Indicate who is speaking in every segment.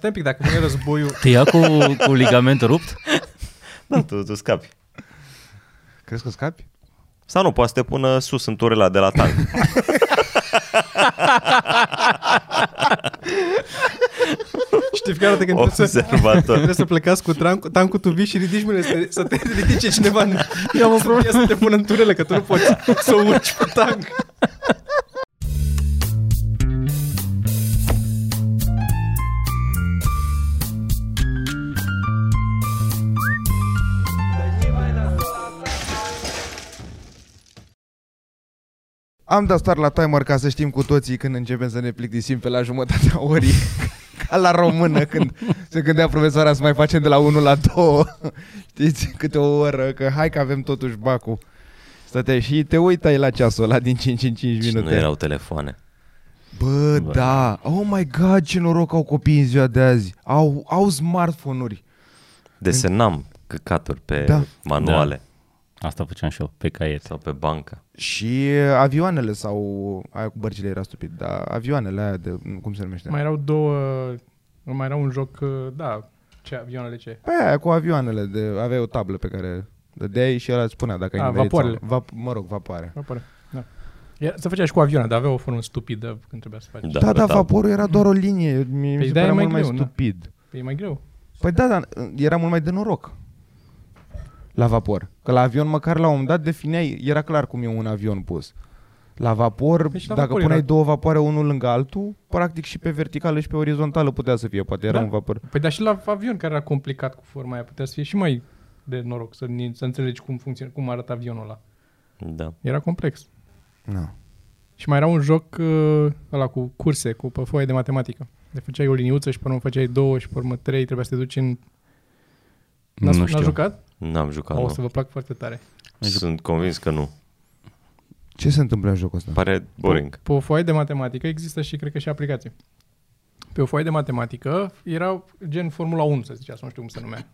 Speaker 1: Stai un pic, dacă pune războiul...
Speaker 2: Te ia cu, cu ligament rupt?
Speaker 3: Da, tu, tu scapi.
Speaker 4: Crezi că scapi?
Speaker 3: Sau nu, poate să te pună sus în turela de la tank.
Speaker 1: Știficarea de când trebuie să,
Speaker 3: Observator.
Speaker 1: trebuie să plecați cu tancul, tancul tu vii și ridici mâinile să, te- să te ridice cineva. în- Eu am o problemă. Să te pună în turele, că tu nu poți să urci cu tank.
Speaker 4: Am dat start la timer ca să știm cu toții când începem să ne plictisim pe la jumătatea orii. Ca la română, când se gândea profesoara să mai facem de la 1 la 2. Știți, câte o oră, că hai că avem totuși bacul. Stăteai și te uitai la ceasul ăla din 5 în 5
Speaker 3: Și nu
Speaker 4: minute.
Speaker 3: erau telefoane.
Speaker 4: Bă,
Speaker 2: Bă.
Speaker 4: da. Oh my god, ce noroc au copiii în ziua de azi. Au, au smartphone-uri.
Speaker 3: Desenam căcaturi pe
Speaker 4: Da.
Speaker 3: da. manuale da.
Speaker 2: Asta făceam și eu, pe caiet.
Speaker 3: sau pe bancă.
Speaker 4: Și avioanele sau... Aia cu bărcile era stupid, dar avioanele aia de... Cum se
Speaker 2: Da.
Speaker 4: numește?
Speaker 5: Mai erau două, mai era un joc, da, ce avioanele ce.
Speaker 4: Pe Păi aia cu avioanele, de, aveai o tablă pe care dădeai și ăla îți spunea dacă ai
Speaker 5: A,
Speaker 4: nimerit
Speaker 5: vapoarele.
Speaker 4: sau- Vap, mă rog, vapoare.
Speaker 5: Mă pare. Da. Era, se făcea și cu avioane, dar avea o formă stupidă când trebuia să faci.
Speaker 3: Da,
Speaker 4: Da, da,
Speaker 3: pe
Speaker 4: da,
Speaker 3: tab-
Speaker 4: vaporul era doar o linie, mi
Speaker 5: Păi
Speaker 4: se
Speaker 5: de-aia
Speaker 4: părea
Speaker 5: e mai
Speaker 4: mult mai
Speaker 5: greu, na.
Speaker 4: stupid. Da.
Speaker 5: Păi e mai greu.
Speaker 4: Păi da, dar era mult mai de noroc la vapor. Că la avion măcar la un moment dat defineai, era clar cum e un avion pus. La vapor,
Speaker 5: Păi și
Speaker 4: la
Speaker 5: la
Speaker 4: dacă
Speaker 5: vapor
Speaker 4: puneai
Speaker 5: era-
Speaker 4: două vapoare unul lângă altul, practic și pe verticală și pe orizontală putea să fie, poate era
Speaker 5: Da.
Speaker 4: un vapor.
Speaker 5: Păi dar și la avion care era complicat cu forma aia, putea să fie și mai de noroc să, ni- să înțelegi cum funcționează, cum arată avionul ăla.
Speaker 3: da.
Speaker 5: Era complex.
Speaker 4: No.
Speaker 5: Și mai era un joc uh, ăla cu curse, cu pe foaie de matematică. De făceai o liniuță și pe urmă făceai două și pe urmă trei, trebuia să te duci în... N-a,
Speaker 2: Nu știu.
Speaker 5: jucat?
Speaker 3: N-am jucat,
Speaker 5: O
Speaker 3: nu.
Speaker 5: să vă plac foarte tare.
Speaker 3: Sunt convins că nu.
Speaker 4: Ce se întâmplă în jocul ăsta?
Speaker 3: Pare boring.
Speaker 5: Pe o foaie de matematică există și, cred că, și aplicații. Pe o foaie de matematică era gen Formula 1, să zicea, sau nu știu cum se numea.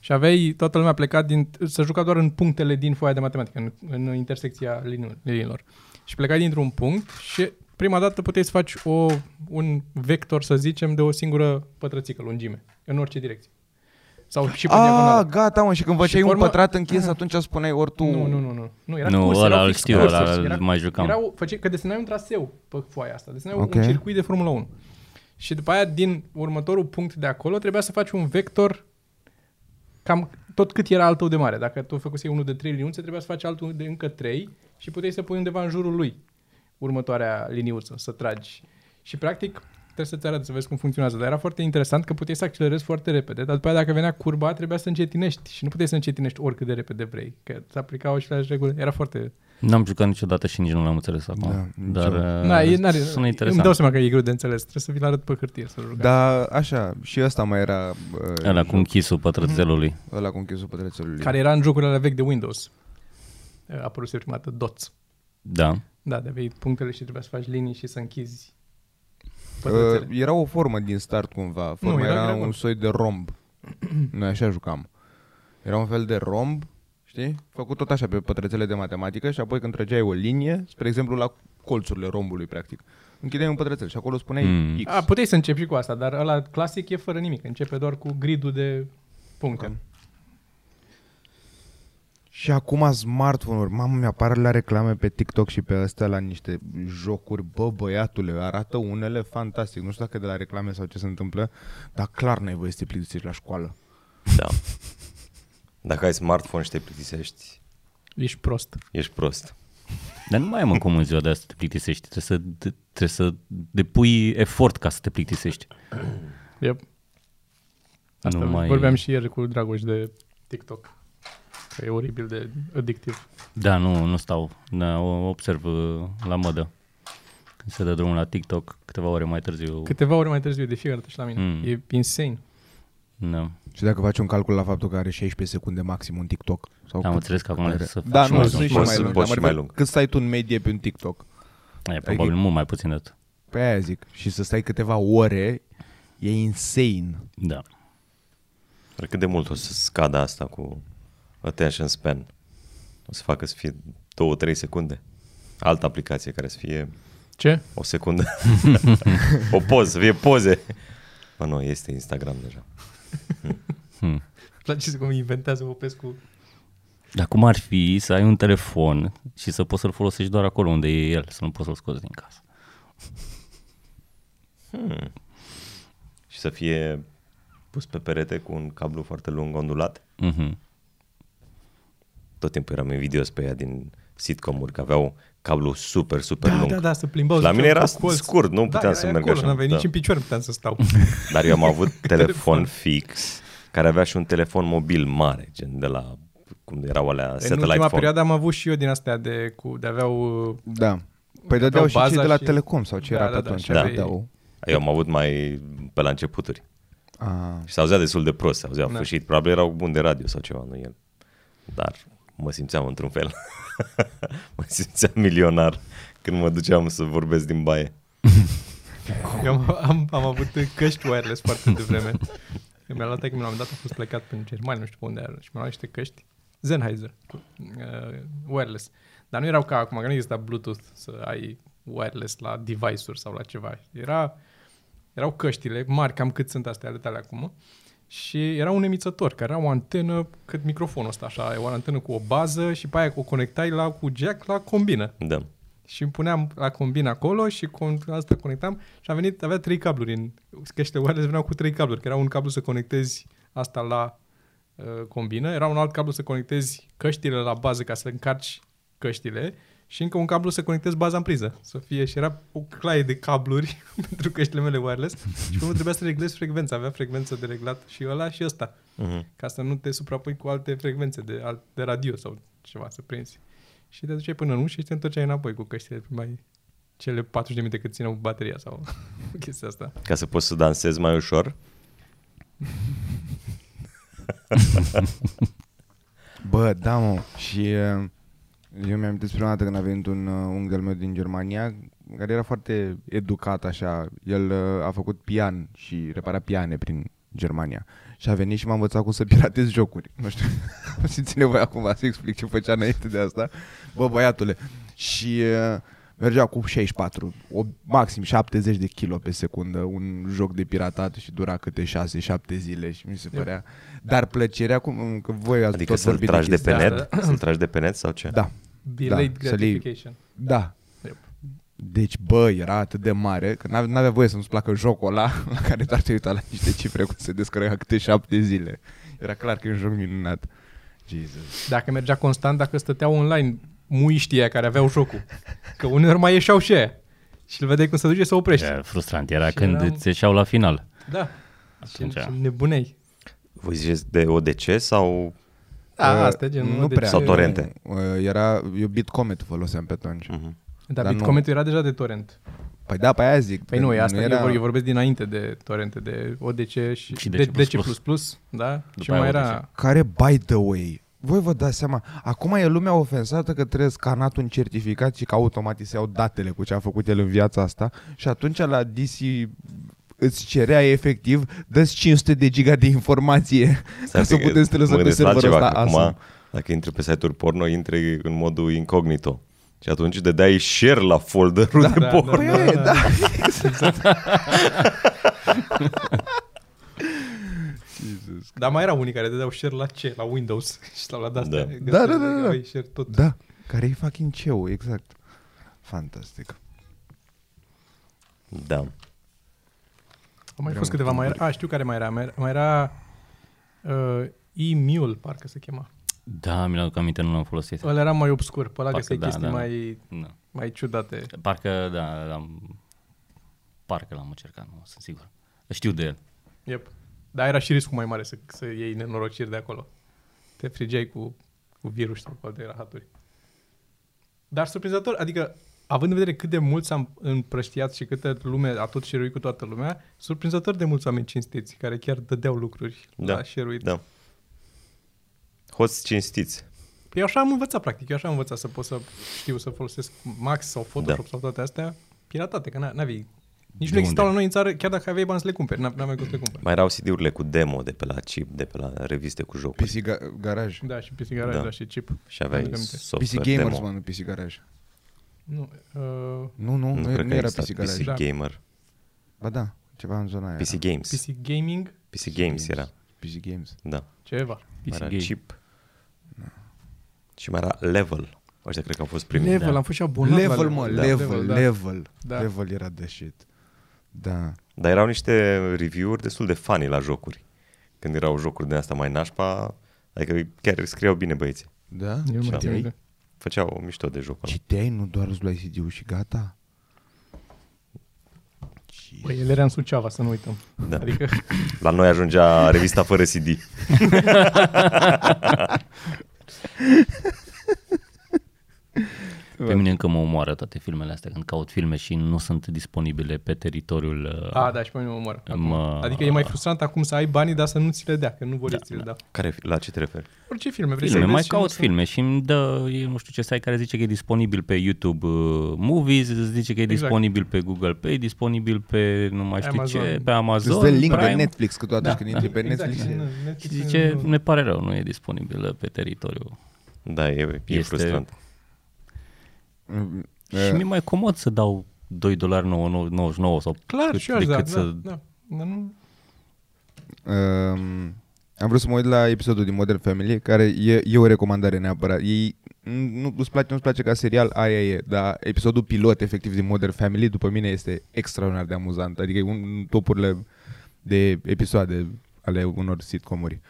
Speaker 5: Și aveai toată lumea plecat din... să juca doar în punctele din foaia de matematică, în, în intersecția liniu- liniilor. Și plecai dintr-un punct și prima dată puteai să faci o, un vector, să zicem, de o singură pătrățică, lungime, în orice direcție. Sau și pe
Speaker 4: Ah,
Speaker 5: diagonală.
Speaker 4: gata, mă, și când făceai un
Speaker 5: formă-
Speaker 4: pătrat închis, atunci spuneai ori tu...
Speaker 5: Nu, nu, nu, nu. Nu, era
Speaker 2: Nu,
Speaker 5: curs,
Speaker 2: ăla
Speaker 5: erau
Speaker 2: îl
Speaker 5: fix
Speaker 2: știu,
Speaker 5: cursuri,
Speaker 2: ăla îl
Speaker 5: era-
Speaker 2: mai jucam.
Speaker 5: Erau, făce, că desenai un traseu pe foaia asta, desenai okay.
Speaker 4: Ok.
Speaker 5: un circuit de Formula 1. Și după aia, din următorul punct de acolo, trebuia să faci un vector cam tot cât era al tău de mare. Dacă tu făcusei unul de trei liniuțe, trebuia să faci altul de încă trei și puteai să pui undeva în jurul lui următoarea liniuță, să tragi. Și practic trebuie să-ți arăt să vezi cum funcționează. Dar era foarte interesant că puteai să accelerezi foarte repede, dar după aia dacă venea curba trebuea să încetinești și nu puteai să încetinești oricât de repede vrei, că se aplicau și la reguli. Era foarte...
Speaker 2: N-am jucat niciodată și nici nu l-am înțeles acum.
Speaker 4: Da,
Speaker 2: Dar
Speaker 4: niciodată.
Speaker 2: uh,
Speaker 5: Na, e, n-are,
Speaker 2: sună
Speaker 5: Îmi
Speaker 2: interesant.
Speaker 5: dau seama că e greu de înțeles, trebuie să vi-l arăt pe hârtie să-l jucați.
Speaker 4: Da, așa, și ăsta mai era uh,
Speaker 2: Ăla cu închisul pătrățelului.
Speaker 5: Mhm.
Speaker 4: ăla cu închisul pătrățelului.
Speaker 5: Care era în jocurile alea vechi de Windows. A apărut prima dată DOTS.
Speaker 2: Da.
Speaker 5: Da, de aveai punctele și trebuia să faci linii și să închizi
Speaker 4: uh,
Speaker 5: pătrățele.
Speaker 4: era o formă din start cumva, forma
Speaker 5: Nu,
Speaker 4: era,
Speaker 5: era
Speaker 4: era
Speaker 5: greacă.
Speaker 4: un soi de romb. Noi așa jucam. Era un fel de romb, știi? Făcut tot așa pe pătrățele de matematică și apoi când trăgeai o linie, spre exemplu la colțurile rombului practic, închideai un pătrățel și acolo spuneai
Speaker 2: Mm.
Speaker 4: X.
Speaker 5: A, puteai să începi și cu asta, dar ăla clasic e fără nimic. Începe doar cu gridul de puncte.
Speaker 4: Ok. Și acum smartphone-uri, mamă, mi-apar la reclame pe TikTok și pe ăstea la niște jocuri, bă, băiatule, arată unele fantastic, nu știu dacă de la reclame sau ce se întâmplă, dar clar n-ai voie să te plictisești la școală.
Speaker 3: Da. Dacă ai smartphone și te plictisești,
Speaker 5: Ești prost.
Speaker 3: ești prost.
Speaker 2: Dar nu mai am acum în ziua de azi să te plictisești. Trebuie să, de- trebuie să depui efort ca să te plictisești.
Speaker 5: Yep. Asta
Speaker 2: Nu mai-
Speaker 5: mai... vorbeam și ieri cu Dragoș de TikTok. Că e oribil de addictiv.
Speaker 2: Da, nu, nu stau. Da, o observ uh, la modă. Când se dă drumul la TikTok, câteva ore mai târziu.
Speaker 5: Câteva ore mai târziu de fiecare dată și la mine.
Speaker 2: Mm.
Speaker 5: Mm. E insane.
Speaker 2: Da.
Speaker 4: Și dacă faci un calcul la faptul că are 16 secunde maxim un TikTok. Sau
Speaker 2: Am
Speaker 4: cât-
Speaker 2: înțeles că acum
Speaker 4: cât
Speaker 2: trebuie
Speaker 4: are.
Speaker 2: să faci
Speaker 4: Da,
Speaker 2: și
Speaker 4: nu,
Speaker 2: mai
Speaker 4: sunt
Speaker 2: mult.
Speaker 4: și mai
Speaker 3: Sunt
Speaker 4: lung.
Speaker 3: poți
Speaker 4: dar mă
Speaker 3: și mai
Speaker 4: refer
Speaker 3: lung.
Speaker 4: Cât stai tu în medie pe un TikTok?
Speaker 5: Adică-
Speaker 2: E probabil mult mai puțin de atât.
Speaker 4: Pe aia zic. Și să stai câteva ore, e insane.
Speaker 2: Da.
Speaker 3: Dar cât de mult o să scadă asta cu attention span? O să facă să fie 2-3 secunde. Altă aplicație care să fie
Speaker 5: Ce?
Speaker 3: o secundă. o poză, să fie poze. Bă, nu, este Instagram deja.
Speaker 2: Hmm.
Speaker 5: Îmi place să cum inventează Popescu.
Speaker 2: Dar cum ar fi să ai un telefon și să poți să-l folosești doar acolo unde e el, să nu poți să-l scoți din casă?
Speaker 3: Și să fie pus pe perete cu un cablu foarte lung ondulat.
Speaker 2: Mhm.
Speaker 3: Tot timpul eram invidios pe ea din sitcomuri, că aveau cablu super, super
Speaker 5: Da,
Speaker 3: Păi lung.
Speaker 5: da, da, să plimbau.
Speaker 3: Și la
Speaker 5: ziceau,
Speaker 3: mine era
Speaker 5: cu colț.
Speaker 3: scurt, nu
Speaker 5: da,
Speaker 3: puteam
Speaker 5: era
Speaker 3: să merg
Speaker 5: acolo,
Speaker 3: așa,
Speaker 5: N-aveai
Speaker 3: da.
Speaker 5: nici în picioare, puteam să stau.
Speaker 3: Dar eu am avut telefon fix care avea și un telefon mobil mare, gen de la cum erau alea
Speaker 5: în
Speaker 3: satellite
Speaker 5: ultima
Speaker 3: phone.
Speaker 5: perioadă am avut și eu din astea de, cu, de aveau uh,
Speaker 4: Da. Păi
Speaker 5: Aveau
Speaker 4: dădeau și cei
Speaker 5: baza
Speaker 4: de la
Speaker 5: și-
Speaker 4: Telecom sau ce
Speaker 5: Da,
Speaker 4: era pe
Speaker 5: da, da,
Speaker 4: atunci.
Speaker 5: și
Speaker 3: aveai-
Speaker 4: dădeau.
Speaker 3: Eu am avut mai pe la începuturi.
Speaker 4: A,
Speaker 3: Și s-auzea destul de prost, s-auzea
Speaker 5: Da.
Speaker 3: da. fâșit. Probabil erau buni de radio sau ceva, nu el. Dar mă simțeam într-un fel. mă simțeam milionar când mă duceam să vorbesc din baie.
Speaker 5: Eu am, am, am avut căști wireless foarte devreme. Când mi-a luat că mi l-am dat, a fost plecat prin Germania, nu știu pe unde era, și mi-a luat niște căști Sennheiser, cu, uh, wireless. Dar nu erau ca acum, că nu exista Bluetooth să ai wireless la device-uri sau la ceva. Era, erau căștile mari, cam cât sunt astea ale tale acum. Și era un emițător care era o antenă, cât microfonul ăsta așa, o antenă cu o bază și pe aia o conectai la, cu jack la combină
Speaker 3: Da.
Speaker 5: și îmi puneam la combin acolo și cu asta conectam și am venit, avea trei cabluri în căștile wireless, veneau cu trei cabluri, că era un cablu să conectezi asta la uh, combină, era un alt cablu să conectezi căștile la bază ca să încarci căștile și încă un cablu să conectezi baza în priză, să fie și era o claie de cabluri pentru căștile mele wireless și cum trebuia să reglezi frecvența, avea frecvență de reglat și ăla și ăsta,
Speaker 3: Mhm.
Speaker 5: ca să nu te suprapui cu alte frecvențe de, al- de radio sau ceva să prinzi. Și te duceai până în ușă și te întorceai înapoi cu căștile pe mai cele 40 de minute cât țineau bateria sau chestia asta.
Speaker 3: Ca să poți să dansezi mai ușor.
Speaker 4: Bă, da, mă. Și uh, eu mi-am despre prima dată când a venit un uh, unchi de-al meu din Germania, care era foarte educat așa. El uh, a făcut pian și repara piane prin Germania. Și a venit și m-a învățat cum să piratez jocuri. Nu știu, am simțit nevoia acum să explic ce făcea înainte de asta. Bă, băiatule. Și uh, mergea cu 64, o, maxim 70 de kilo pe secundă, un joc de piratat și dura câte 6-7 zile și mi se părea. Dar plăcerea, cum, că voi ați
Speaker 3: Da. Adică
Speaker 4: tot
Speaker 3: să-l
Speaker 4: vorbit
Speaker 3: tragi de
Speaker 4: chestia
Speaker 3: pe
Speaker 5: chestia
Speaker 3: net?
Speaker 5: asta.
Speaker 3: Să-l tragi de pe net sau ce?
Speaker 4: da,
Speaker 5: Delayed
Speaker 4: Da, să le iei.
Speaker 5: gratification.
Speaker 4: da.
Speaker 5: Yep.
Speaker 4: Deci, bă, era atât de mare că n- n-avea voie să nu-ți placă jocul ăla la care te-ar uita la niște cifre cum se descărca câte șapte zile. Era clar că e un joc minunat. Jesus.
Speaker 5: Dacă mergea constant, dacă stăteau online muiștii aia care aveau jocul. Că uneori mai ieșeau și aia. Și îl vedeai cum se duce să oprești.
Speaker 2: Era frustrant, era
Speaker 5: Și
Speaker 2: când
Speaker 5: eram-
Speaker 2: îți ieșeau la final.
Speaker 5: Da. Și,
Speaker 2: Atunci.
Speaker 5: și nebunei.
Speaker 3: Voi ziceți de ODC sau...
Speaker 5: Da,
Speaker 4: Uh,
Speaker 5: asta e genul.
Speaker 4: nu
Speaker 5: de
Speaker 4: prea.
Speaker 5: ce-
Speaker 3: Sau torrente.
Speaker 4: Uh, Era, eu Bitcomet foloseam pe atunci.
Speaker 3: Mhm.
Speaker 5: Dar,
Speaker 4: Dar
Speaker 5: dar
Speaker 4: nu.
Speaker 5: bitcoin era deja de torrent.
Speaker 4: Păi da, pe aia zic.
Speaker 5: Păi
Speaker 4: că
Speaker 5: nu, e asta, eu, vor, eu vorbesc dinainte de torrente, de ODC și,
Speaker 2: Și
Speaker 5: de,
Speaker 2: DC++.
Speaker 5: DC++, da? și
Speaker 2: aia ODC.
Speaker 5: mai era...
Speaker 4: Care, by the way, voi vă dați seama, acum e lumea ofensată că trebuie scanat un certificat și că automat îi se iau datele cu ce a făcut el în viața asta și atunci la DC îți cerea efectiv, dă 500 de giga de informație ca să
Speaker 3: Stai că
Speaker 4: puteți să le
Speaker 3: adică
Speaker 4: lăsăm pe
Speaker 3: mă gândesc la
Speaker 4: serverul
Speaker 3: altceva,
Speaker 4: ăsta
Speaker 3: că Acum,
Speaker 4: awesome.
Speaker 3: dacă intri pe site-uri porno, intri în modul incognito. Și atunci de dai share la folderul de
Speaker 5: da,
Speaker 3: porno.
Speaker 4: Păi da. e, da,
Speaker 5: Dar mai erau unii care dădeau share la ce? La Windows și la dat
Speaker 3: Da.
Speaker 4: Da, da, da, da.
Speaker 5: share tot.
Speaker 4: da, care e fucking ceu, exact. Fantastic.
Speaker 3: da.
Speaker 5: Au mai fost câteva, mai era, a, știu care mai era, mai era, mai era uh, e-mule, parcă se chema.
Speaker 2: Da, mi-l aduc aminte, nu l-am folosit.
Speaker 5: Ăla era mai obscur, pe ăla
Speaker 2: Parcă
Speaker 5: găseai
Speaker 2: da,
Speaker 5: chestii
Speaker 2: da, da.
Speaker 5: mai,
Speaker 2: Da.
Speaker 5: mai ciudate.
Speaker 2: Parcă, da, l-am... Parcă l-am încercat, nu sunt sigur. Știu de el.
Speaker 5: Yep. Dar era și riscul mai mare să, să iei nenorociri de acolo. Te frigeai cu, cu virus sau cu alte rahaturi. Dar surprinzător, adică având în vedere cât de mult s-a împrăștiat și câtă lume a tot șeruit cu toată lumea, surprinzător de mulți oameni cinstiți care chiar dădeau lucruri da,
Speaker 3: Da,
Speaker 5: la șeruit.
Speaker 3: Da. Hoți cinstiți.
Speaker 5: Eu așa am învățat, practic. Eu așa am învățat să pot să știu să folosesc Max sau Photoshop da.
Speaker 3: Da.
Speaker 5: sau toate astea piratate, că n- n-aveai... Nici
Speaker 2: De
Speaker 5: nu existau la
Speaker 2: unde?
Speaker 5: noi în țară, chiar dacă aveai bani să le cumperi. N- N-aveai cum să le cumperi.
Speaker 3: Mai erau CD-urile cu demo de pe la chip, de pe la reviste cu jocuri.
Speaker 4: PC ga- Garaj.
Speaker 5: Da, și PC Garage, da.
Speaker 3: Da.
Speaker 5: da, și chip.
Speaker 3: Și aveai
Speaker 5: Mi-aduc aminte.
Speaker 4: PC
Speaker 3: software
Speaker 4: Gamers,
Speaker 3: demo.
Speaker 4: mă, nu PC Garaj.
Speaker 5: Nu, uh,
Speaker 4: Nu, nu, nu,
Speaker 3: Nu,
Speaker 4: nu,
Speaker 3: cred
Speaker 4: nu
Speaker 3: că
Speaker 4: era
Speaker 3: exista
Speaker 4: PC Garaj.
Speaker 3: PC
Speaker 5: Da.
Speaker 3: Gamer.
Speaker 4: Ba da, Ceva în zona aia.
Speaker 3: PC Games. PC,
Speaker 5: PC Gaming,
Speaker 3: PC Games era,
Speaker 4: PC Games.
Speaker 3: da.
Speaker 5: ceva.
Speaker 3: Mai era
Speaker 2: Gay.
Speaker 3: chip.
Speaker 4: Da.
Speaker 3: Și mai era level. Ăștia cred că au fost primii.
Speaker 5: Level,
Speaker 2: da.
Speaker 5: am fost și abonat
Speaker 4: Level,
Speaker 5: la
Speaker 4: mă,
Speaker 5: da,
Speaker 4: level,
Speaker 5: da.
Speaker 4: level.
Speaker 5: Da.
Speaker 4: Level era de shit. Da.
Speaker 3: Dar erau niște review-uri destul de funny la jocuri. Când erau jocuri de asta mai nașpa, adică chiar scriau bine băieții.
Speaker 4: Da?
Speaker 5: Eu mă
Speaker 4: Citeai?
Speaker 5: țin,
Speaker 3: Făceau mișto de jocul ăla.
Speaker 4: Citeai, nu doar îți luai CD-ul și gata?
Speaker 5: Băi, el era în Suceava, să nu uităm.
Speaker 3: Da.
Speaker 5: Adică,
Speaker 3: La noi ajungea revista fără CD.
Speaker 2: Pe mine încă mă omoară toate filmele astea când caut filme și nu sunt disponibile pe teritoriul uh,
Speaker 5: a, da, și pe mine mă omor.
Speaker 2: Mă-
Speaker 5: Adică e mai frustrant acum să ai banii, dar să nu ți le dea, că nu vor da, ți le da.
Speaker 3: Care, fi- la ce te referi?
Speaker 5: Orice filme vrei
Speaker 2: filme.
Speaker 5: să
Speaker 2: Mai
Speaker 5: vezi și nu
Speaker 2: caut
Speaker 5: sunt-
Speaker 2: filme și îmi dă, eu nu știu ce site care zice că e disponibil pe YouTube uh, Movies, îți zice că e
Speaker 5: Exact.
Speaker 2: disponibil pe Google Pay, disponibil pe nu mai știu
Speaker 5: Amazon.
Speaker 2: ce, pe
Speaker 4: Îți
Speaker 2: Amazon.
Speaker 4: dă link
Speaker 2: Prime.
Speaker 4: pe Netflix câteodată da. când intri pe
Speaker 5: Exact,
Speaker 4: Netflix.
Speaker 5: în-
Speaker 4: Exact.
Speaker 5: în
Speaker 2: Și
Speaker 5: Netflix
Speaker 2: zice,
Speaker 5: nu-
Speaker 2: ne pare rău, nu e disponibilă pe teritoriul.
Speaker 3: Da, e, e
Speaker 2: Este-
Speaker 3: este... frustrant.
Speaker 2: Și mi-e mai comod să dau 2 dolari 99 sau
Speaker 5: Clar,
Speaker 2: cât,
Speaker 5: și eu aș da,
Speaker 2: decât
Speaker 5: da,
Speaker 2: să...
Speaker 5: da. Dar nu-
Speaker 4: Um, am vrut să mă uit la episodul din Modern Family, care e, e o recomandare neapărat. Ei, n- nu, îți place, nu-ți place ca serial, aia e, dar episodul pilot efectiv din Modern Family, după mine, este extraordinar de amuzant. Adică e un în topurile de episoade ale unor sitcomuri.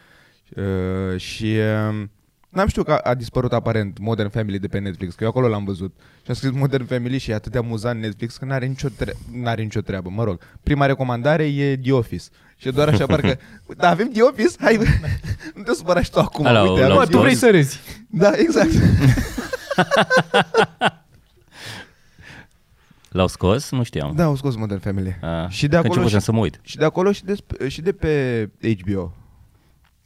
Speaker 4: Uh, și um, n-am știut că a, a dispărut aparent Modern Family de pe Netflix, că eu acolo l-am văzut. Și am scris Modern Family și e atât de amuzant Netflix că n-are nicio, tre- n-are nicio treabă, mă rog. Prima recomandare e The Office. Și doar așa parcă, da, avem The Office, hai, nu te supăra și tu acum.
Speaker 2: Ala,
Speaker 4: uite,
Speaker 2: la
Speaker 4: acum
Speaker 5: Bă,
Speaker 2: Office.
Speaker 5: tu vrei să râzi.
Speaker 4: Da, exact.
Speaker 2: L-au scos? Nu știam.
Speaker 4: Da, au scos Modern Family.
Speaker 2: A,
Speaker 4: Da. și de
Speaker 2: că
Speaker 4: acolo
Speaker 2: începeam
Speaker 4: și,
Speaker 2: să mă uit.
Speaker 4: și de acolo și de, sp- și de pe HBO.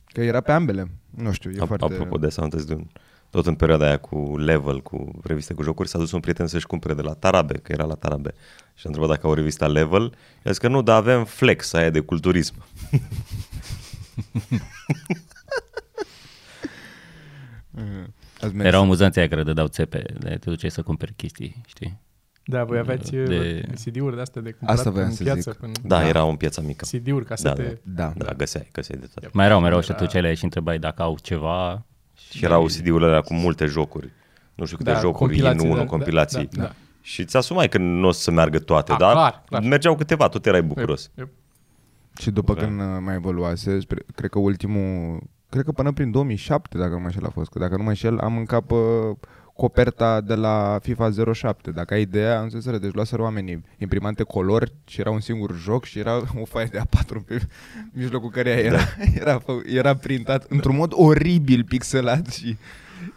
Speaker 4: Că era pe ambele. Nu știu, e
Speaker 3: A,
Speaker 4: foarte...
Speaker 3: Apropo de asta, am de un... Tot în perioada aia cu level, cu reviste cu jocuri, s-a dus un prieten să-și cumpere de la Tarabe, că era la Tarabe. Și a întrebat dacă au revista level. Și a zis că nu, dar avem flex aia de culturism.
Speaker 4: Mhm. Ați mers.
Speaker 2: Erau amuzanți aia care dădeau țepe, de te duceai să cumperi chestii, știi?
Speaker 5: Da, voi aveați
Speaker 2: De-
Speaker 5: de... CD-uri de astea de cumpărat
Speaker 4: Asta voiam
Speaker 5: în
Speaker 4: să
Speaker 5: piață.
Speaker 4: zic.
Speaker 5: În...
Speaker 3: Da, da. era în piața mică.
Speaker 5: CD-uri, casete.
Speaker 3: Da, da.
Speaker 4: Da.
Speaker 3: Da, găseai, găseai de toate.
Speaker 2: Mai erau, mai erau și atunci alea și întrebai dacă au ceva.
Speaker 3: Și erau CD-urile alea cu multe jocuri. Nu știu câte
Speaker 5: Da,
Speaker 3: jocuri,
Speaker 5: compilații,
Speaker 3: in
Speaker 5: da,
Speaker 3: 1,
Speaker 5: da,
Speaker 3: compilații.
Speaker 5: da, da.
Speaker 3: Și ți asumai că nu o să meargă toate,
Speaker 5: A,
Speaker 3: dar
Speaker 5: clar, clar. Păi,
Speaker 3: mergeau câteva, tot erai bucuros.
Speaker 5: Yep, yep.
Speaker 4: Și după când uh, mai evoluase, spre- cred că ultimul, cred că până prin 2007, dacă nu mă înșel, a fost. Că dacă nu mă înșel, am în cap uh, coperta de la FIFA 07. Dacă ai ideea, am zis să deci luaseră oamenii imprimante color și era un singur joc și era o faie de A4 pe mijlocul care era, da. era, fă- era printat într-un mod oribil pixelat și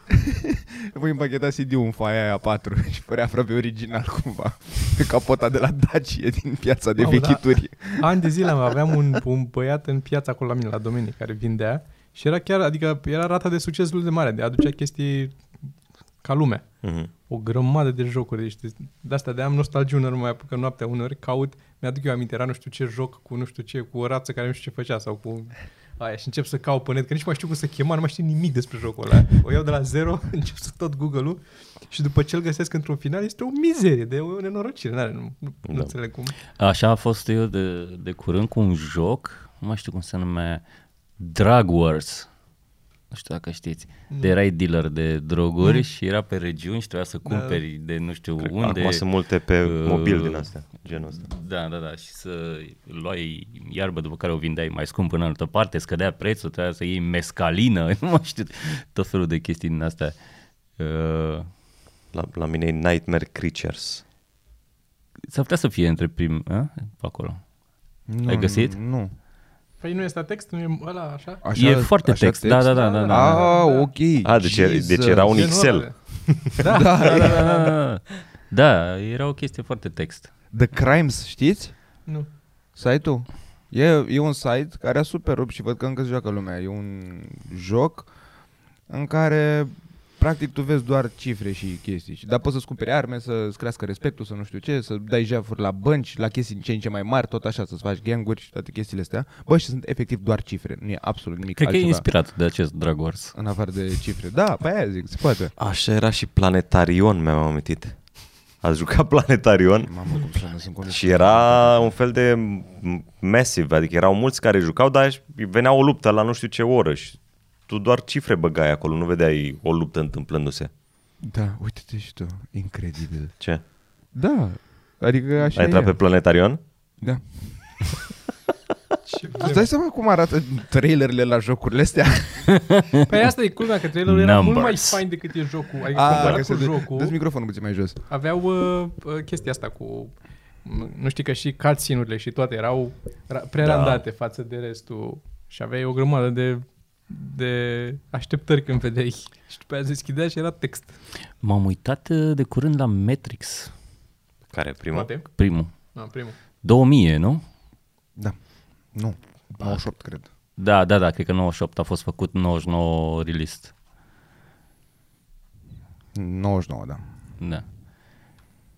Speaker 4: voi împacheta CD-ul în faia aia A4 și părea aproape original cumva pe capota de la Dacie din piața de
Speaker 5: Mamă, da.
Speaker 4: vechituri.
Speaker 5: Ani de zile am- aveam un, un băiat în piața acolo la mine, la domenii, care vindea și era chiar, adică era rata de succes lui de mare, de aducea chestii ca lumea.
Speaker 3: Mhm.
Speaker 5: O grămadă de jocuri, deci de- de asta de am nostalgie uneori, mă mai apucă noaptea uneori, caut, mi-aduc eu aminte, era nu știu ce joc cu nu știu ce, cu o rață care nu știu ce făcea sau cu aia și încep să caut pe net, că nici nu mai știu cum să chema, nu mai știu nimic despre jocul ăla. O iau de la zero, încep să tot Google-ul și după ce îl găsesc într-un final, este o mizerie, de o nenorocire, n-are, nu, nu, nu
Speaker 3: Da.
Speaker 5: înțeleg cum.
Speaker 2: Așa a fost eu de, de curând cu un joc, nu mai știu cum se numea, Drug Wars. Nu știu dacă știți. De erai dealer de droguri și era pe regiuni și trebuia să cumperi de nu știu unde.
Speaker 3: Da. Acum sunt multe pe
Speaker 2: uh,
Speaker 3: mobil din astea, genul ăsta.
Speaker 2: Da, da, da, și să luai iarbă după care o vindeai mai scump în altă parte, scădea prețul, trebuia să iei mescalină, nu mai știu, tot felul de chestii din astea. Uh,
Speaker 3: La, la mine e Nightmare Creatures.
Speaker 2: s-ar putea să fie între prim, a? pe acolo.
Speaker 4: Nu,
Speaker 2: Ai găsit?
Speaker 4: Nu. nu.
Speaker 5: Păi nu este text, nu e ăla așa?
Speaker 2: Așa, e foarte
Speaker 4: așa
Speaker 2: text, da, da, da, da, da. da.
Speaker 4: Ah, ok.
Speaker 3: A, deci, e- deci era un Excel.
Speaker 5: Da, da.
Speaker 2: da, da, da, da. da, era o chestie foarte text.
Speaker 4: The Crimes, știți?
Speaker 5: Nu.
Speaker 4: Site-ul? E, e un site care a super rupt și văd că încă se joacă lumea. E un joc în care practic tu vezi doar cifre și chestii. Și- Dar poți să-ți cumperi arme, să-ți crească respectul, să nu știu ce, să dai jafuri la bănci, la chestii din ce în ce mai mari, tot așa, să-ți faci ganguri și toate chestiile astea. Bă, și sunt efectiv doar cifre, nu e absolut nimic
Speaker 2: Cred că e
Speaker 4: altceva.
Speaker 2: inspirat de acest Drug Wars.
Speaker 4: în afară de cifre. Da, pe aia zic, se poate.
Speaker 3: Așa era și Planetarion, mi-am amintit. Ați jucat Planetarion
Speaker 4: Mamă, cum să nu simt cum
Speaker 3: și era un fel de m- massive, adică erau mulți care jucau, dar venea o luptă la nu știu ce oră și tu doar cifre băgai acolo, nu vedeai o luptă întâmplându-se.
Speaker 4: Da, uite-te și tu, incredibil.
Speaker 3: Ce?
Speaker 4: Da, adică așa
Speaker 3: Ai intrat
Speaker 4: e.
Speaker 3: pe Planetarion?
Speaker 4: Da.
Speaker 5: Da.
Speaker 4: Îți dai seama cum arată trailerele la jocurile astea?
Speaker 5: Păi asta e culmea, că trailerul era mult mai
Speaker 2: Numbers.
Speaker 5: fain decât e jocul. Adică
Speaker 4: A,
Speaker 5: comparat
Speaker 4: Ah, că
Speaker 5: cu
Speaker 4: se-
Speaker 5: jocul,
Speaker 4: Dă-ți microfonul puțin mai jos.
Speaker 5: aveau uh, uh, chestia asta cu... m- Nu știi că și cutscene-urile și toate erau ra- prerandate da. față de restul și aveai o grămadă de, de așteptări când vedeai. Și după aia se deschidea și era text.
Speaker 2: M-am uitat uh, de curând la Matrix,
Speaker 3: Care prima?
Speaker 5: Poate?
Speaker 2: primul.
Speaker 5: Da, primul.
Speaker 2: 2000, nu?
Speaker 4: Da. Nu. 98, cred.
Speaker 2: Da, da, da, cred că 98 a fost făcut, 99 released.
Speaker 4: 99, da.
Speaker 2: Da.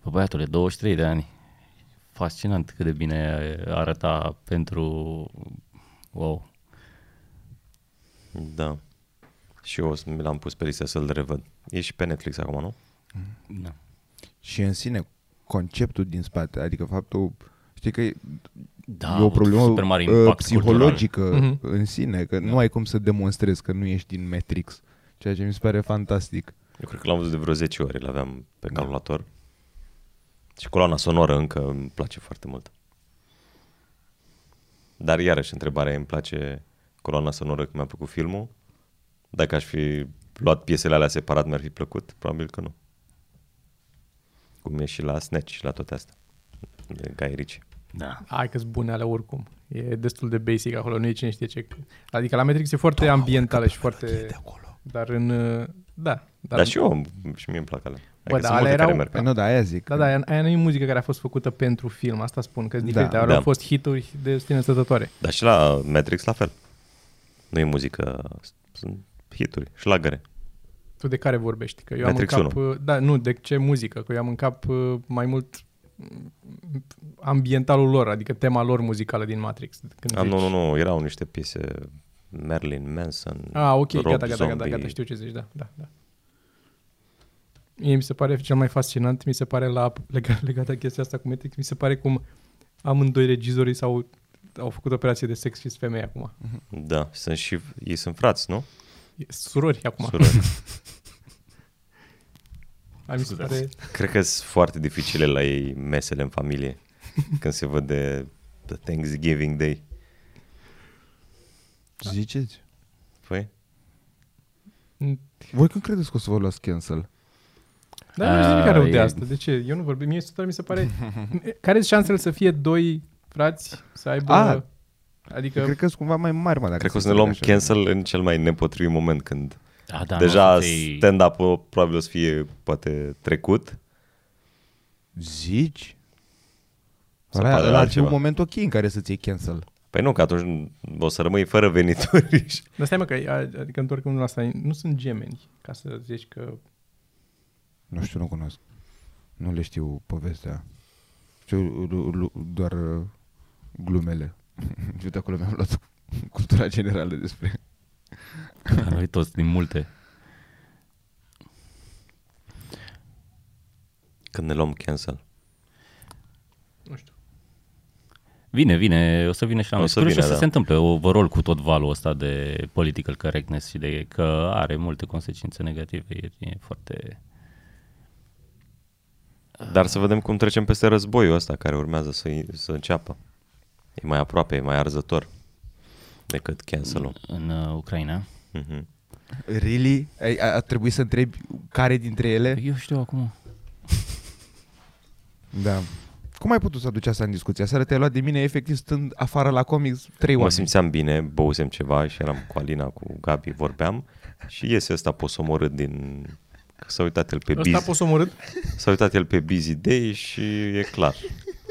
Speaker 2: Bă, băiatule, 23 de ani. Fascinant cât de bine uh, arăta pentru... Wow.
Speaker 3: Da. Și eu o să- mi l-am pus pe listă să-l revăd. E și pe Netflix acum, nu?
Speaker 2: Da.
Speaker 4: Și în sine, conceptul din spate, adică faptul, știi că e,
Speaker 2: Da,
Speaker 4: e o problemă
Speaker 2: super mare
Speaker 4: uh,
Speaker 2: impact
Speaker 4: psihologică
Speaker 5: cultural. Mhm.
Speaker 4: în sine, că nu ai cum să demonstrezi că nu ești din Matrix, ceea ce mi se pare fantastic.
Speaker 3: Eu cred că l-am văzut de vreo 10 ori, l-aveam pe
Speaker 5: Da.
Speaker 3: calculator. Și coloana sonoră încă îmi place foarte mult. Dar iarăși întrebarea e, îmi place coloana sonoră că mi-a plăcut filmul? Dacă aș fi luat piesele alea separat, mi-ar fi plăcut? Probabil că nu. Cum e și la Snatch și la toate astea. De Guy Ritchie.
Speaker 2: Da.
Speaker 5: Hai că-s bune alea oricum. E destul de basic acolo, nu e cine știe ce. Adică la Matrix e foarte ambientală și foarte... Dar în... uh, Da.
Speaker 3: Dar, și eu, și mie îmi plac alea. Adică
Speaker 5: dar
Speaker 3: sunt
Speaker 5: alea
Speaker 3: multe care
Speaker 5: erau-
Speaker 3: merg pe
Speaker 4: Da. Nu, da, aia zic.
Speaker 5: Da, da, aia, aia nu e muzică care a fost făcută pentru film, asta spun, că sunt
Speaker 4: Da,
Speaker 5: diferite, dar
Speaker 3: da.
Speaker 5: au fost hituri de stine stătătoare.
Speaker 3: Dar și la Matrix la fel. Nu e muzică, sunt hituri, șlagăre.
Speaker 5: Tu de care vorbești? Că eu
Speaker 3: Matrix
Speaker 5: am în cap, uh, da, nu, de ce muzică, că eu am în cap uh, mai mult mm, ambientalul lor, adică tema lor muzicală din Matrix. Când
Speaker 3: A,
Speaker 5: zici-
Speaker 3: nu, nu, nu, erau niște piese Marilyn Manson,
Speaker 5: Ah, ok,
Speaker 3: Rob
Speaker 5: gata, gata, gata,
Speaker 3: Zombie.
Speaker 5: gata, știu ce zici, da, da, da. Mie mi se pare cel mai fascinant, mi se pare la legat, legat de chestia asta cu Matrix, mi se pare cum amândoi regizorii s-au au făcut operație de sex și femei acum.
Speaker 3: Da, sunt și, ei sunt frați, nu?
Speaker 5: Surori acum.
Speaker 3: Surori.
Speaker 5: Ai mi se pare...
Speaker 3: Cred că sunt foarte dificile la ei mesele în familie, când se văd de de Thanksgiving Day.
Speaker 4: Ziceți?
Speaker 3: Păi,
Speaker 4: Voi când credeți că o să vă luați cancel?
Speaker 5: Dar nu știu
Speaker 2: Ah,
Speaker 5: nimic rău de
Speaker 2: e-
Speaker 5: asta. De ce? Eu nu vorbim. Mie total mi se pare... care sunt șansele să fie doi frați să aibă...
Speaker 4: Ah. Că...
Speaker 5: adică...
Speaker 4: Cred că sunt cumva mai mari, mă, dacă
Speaker 3: cred că o
Speaker 4: se
Speaker 3: să ne luăm
Speaker 4: întâmplă așa.
Speaker 3: cancel în cel mai nepotrivit moment, când
Speaker 2: A, da,
Speaker 3: deja
Speaker 2: nu, să-i-
Speaker 3: stand-up-ul probabil o să fie poate trecut,
Speaker 4: Zici?
Speaker 3: Să
Speaker 4: Ăla,
Speaker 3: apară
Speaker 4: ăla ar fi
Speaker 3: altceva.
Speaker 4: un moment ok în care să-ți iei cancel.
Speaker 3: Păi nu, că atunci o să rămâi fără venituri și
Speaker 5: Dar stai mă că... Adică întorcând la asta, nu sunt gemeni. Ca să zici că...
Speaker 4: Nu știu, nu cunosc. Nu le știu povestea. Știu lu- lu- doar uh, glumele. Și de acolo mi-am luat cultura generală despre...
Speaker 2: Da, noi toți, din multe.
Speaker 3: când ne luăm cancel.
Speaker 5: Nu știu.
Speaker 2: Vine, vine, o să vină și la
Speaker 3: O
Speaker 2: noi.
Speaker 3: să
Speaker 2: Sigur și o
Speaker 3: vină,
Speaker 2: să
Speaker 3: da.
Speaker 2: se întâmple overall cu tot valul ăsta de political correctness și de că are multe consecințe negative. E, e foarte...
Speaker 3: Dar să vedem cum trecem peste războiul ăsta care urmează să, să înceapă. E mai aproape, e mai arzător decât cancel-ul.
Speaker 2: În uh, Ucraina.
Speaker 3: Mm-hmm.
Speaker 4: Really? Ai, a, a trebuit să întrebi care dintre ele?
Speaker 2: Eu știu acum.
Speaker 4: Da. Cum ai putut să aduci asta în discuție? Aseară te-ai luat de mine efectiv stând afară la comics trei
Speaker 3: Mă
Speaker 4: oameni.
Speaker 3: simțeam bine, băusem ceva și eram cu Alina, cu Gabi, vorbeam și iese ăsta posomorât din... Că s-a uitat el pe
Speaker 5: Ăsta
Speaker 3: Busy,
Speaker 5: poți să omorât?
Speaker 3: s-a uitat el pe Busy Day și e clar.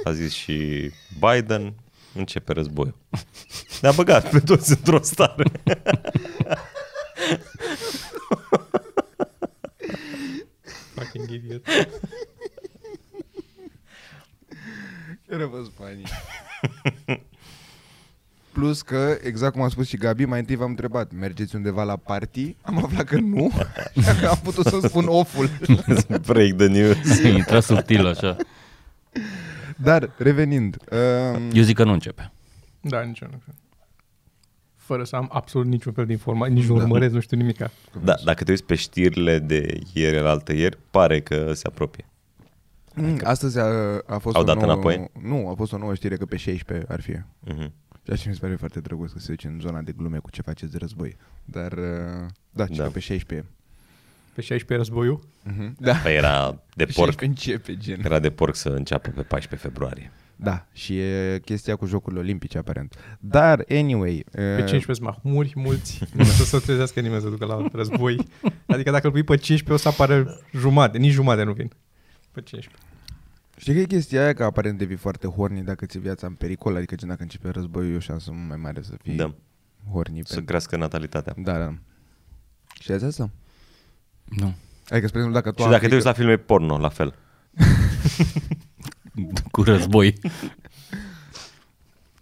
Speaker 3: A zis și Biden, începe războiul. Ne-a băgat pe toți într-o stare.
Speaker 5: Fucking idiot.
Speaker 4: Era pe Spania. Plus spus că, exact cum a spus și Gabi, mai întâi v-am întrebat, mergeți undeva la party? Am aflat că nu, așa că am putut să spun oful.
Speaker 3: Break the news.
Speaker 2: Intra subtil așa.
Speaker 4: Dar, revenind, um,
Speaker 2: Eu zic că nu începe.
Speaker 5: Da, nici eu nu cred. Fără să am absolut niciun fel de informație, nici nu urmăresc, nu știu nimica.
Speaker 3: Da, dacă te uiți pe știrile de ieri la altă ieri, pare că se apropie.
Speaker 4: Mm, Astăzi a, a fost
Speaker 3: Au
Speaker 4: o
Speaker 3: dat
Speaker 4: nouă,
Speaker 3: înapoi?
Speaker 4: Nu, a fost o nouă știre că pe 16 ar fi.
Speaker 3: Mhm.
Speaker 4: Ceea ce mi se pare foarte drăguț că se duce în zona de glume cu ce faceți de război. Dar, uh, da, ce
Speaker 3: Da.
Speaker 4: da. pe 16.
Speaker 5: Pe 16 războiul.
Speaker 4: Mm-hmm. Da.
Speaker 3: Păi era de porc.
Speaker 4: începe, gen.
Speaker 3: Era de porc să înceapă pe 14 februarie.
Speaker 4: Da, și e chestia cu Jocurile Olimpice, aparent. Dar, anyway... uh,
Speaker 5: Pe 15 mahmuri, mulți, nu o să se trezească nimeni să ducă la război. Adică dacă îl pui pe 15, o să apară jumate, nici jumate nu vin. Pe 15.
Speaker 4: Știi că e chestia aia că aparent devii foarte horny dacă ți viața în pericol, adică gen dacă începe războiul e o șansă mult mai mare să fii
Speaker 3: Da.
Speaker 4: horny.
Speaker 3: Să
Speaker 4: pentru-
Speaker 3: crească natalitatea.
Speaker 4: Da, da. Și ai zis asta?
Speaker 2: Nu.
Speaker 4: Adică, spre exemplu, dacă tu
Speaker 3: Și
Speaker 4: afli
Speaker 3: dacă te uiți
Speaker 4: că-
Speaker 3: la filme porno, la fel.
Speaker 2: Cu război.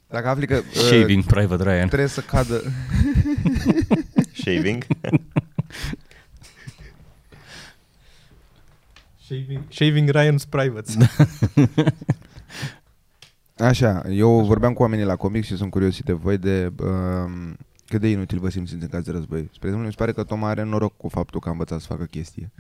Speaker 4: Dacă afli că... uh,
Speaker 2: Shaving Private Ryan.
Speaker 4: Trebuie să cadă...
Speaker 3: Shaving.
Speaker 5: Shaving, Shaving Ryan's Privates.
Speaker 4: Așa, eu vorbeam cu oamenii la comic și sunt curios și de voi de um, cât de inutil vă simțiți în caz de război. Spre exemplu, mi se pare că Toma are noroc cu faptul că a învățat să facă chestie.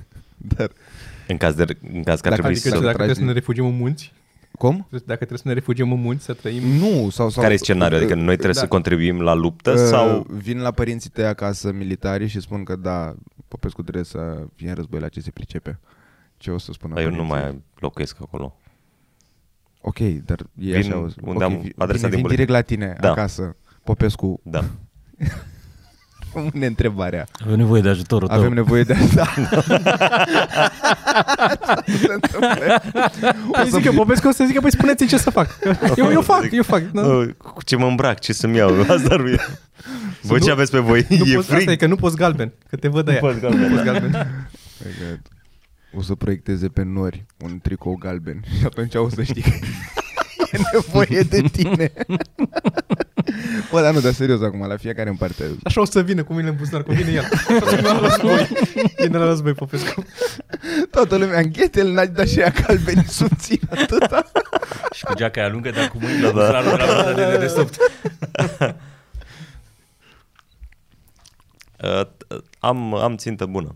Speaker 4: Dar...
Speaker 3: În caz, de, în caz că ar
Speaker 4: Dacă
Speaker 3: trebui
Speaker 5: Adică
Speaker 4: Să
Speaker 5: dacă
Speaker 3: să...
Speaker 4: tragi
Speaker 5: trebuie să
Speaker 4: din-
Speaker 5: ne refugiem în munți,
Speaker 4: Cum?
Speaker 5: dacă trebuie să ne refugiem în munți, să trăim
Speaker 4: Nu, sau... sau
Speaker 3: Care e scenariul? Adică noi trebuie
Speaker 5: Da.
Speaker 3: să contribuim la luptă
Speaker 5: Ă,
Speaker 4: Uh,
Speaker 3: sau...
Speaker 4: Vin la părinții tăi acasă militari și spun că da, Popescu trebuie să fie în război la ce se pricepe. Ce o să spună
Speaker 3: Dar Păi eu nu
Speaker 4: părinții?
Speaker 3: mai locuiesc acolo.
Speaker 4: Ok, dar e
Speaker 3: Vin
Speaker 4: așa.
Speaker 3: unde
Speaker 4: ok,
Speaker 3: am
Speaker 4: vi-
Speaker 3: adresa
Speaker 4: bine,
Speaker 3: din
Speaker 4: vin
Speaker 3: buletin.
Speaker 4: direct la tine,
Speaker 3: Da.
Speaker 4: acasă. Popescu,
Speaker 3: Da.
Speaker 4: pune întrebarea.
Speaker 2: Avem nevoie de ajutorul
Speaker 4: Avem
Speaker 2: tău.
Speaker 4: nevoie de asta.
Speaker 5: Da, zic că Popescu o să zică, păi spuneți ce să fac. Eu, eu fac, eu fac. Da.
Speaker 3: Uh, Cu ce mă îmbrac? Ce să-mi iau? Asta ar fi- Voi ce aveți pe voi?
Speaker 5: Nu
Speaker 3: E
Speaker 5: poți, asta e
Speaker 3: frig?
Speaker 5: că nu poți galben, că te văd aia.
Speaker 3: poți galben,
Speaker 5: Nu poți
Speaker 3: da.
Speaker 5: galben.
Speaker 4: My God. Păi O să proiecteze pe nori un tricou galben și atunci o să știi că e nevoie de tine. Bă, dar nu, dar serios acum, la fiecare în parte.
Speaker 5: Așa o să vină cu mâinile în buzunar, cum vine el. O să vină la război. Vine la război, Popescu.
Speaker 4: Toată lumea înghetel, n-a dat și ea galbeni subțin atâta.
Speaker 2: Și cu geaca aia lungă, dar cu mâinile da, da. la de dedesubt.
Speaker 3: Uh, t- uh, Am, am țintă bună.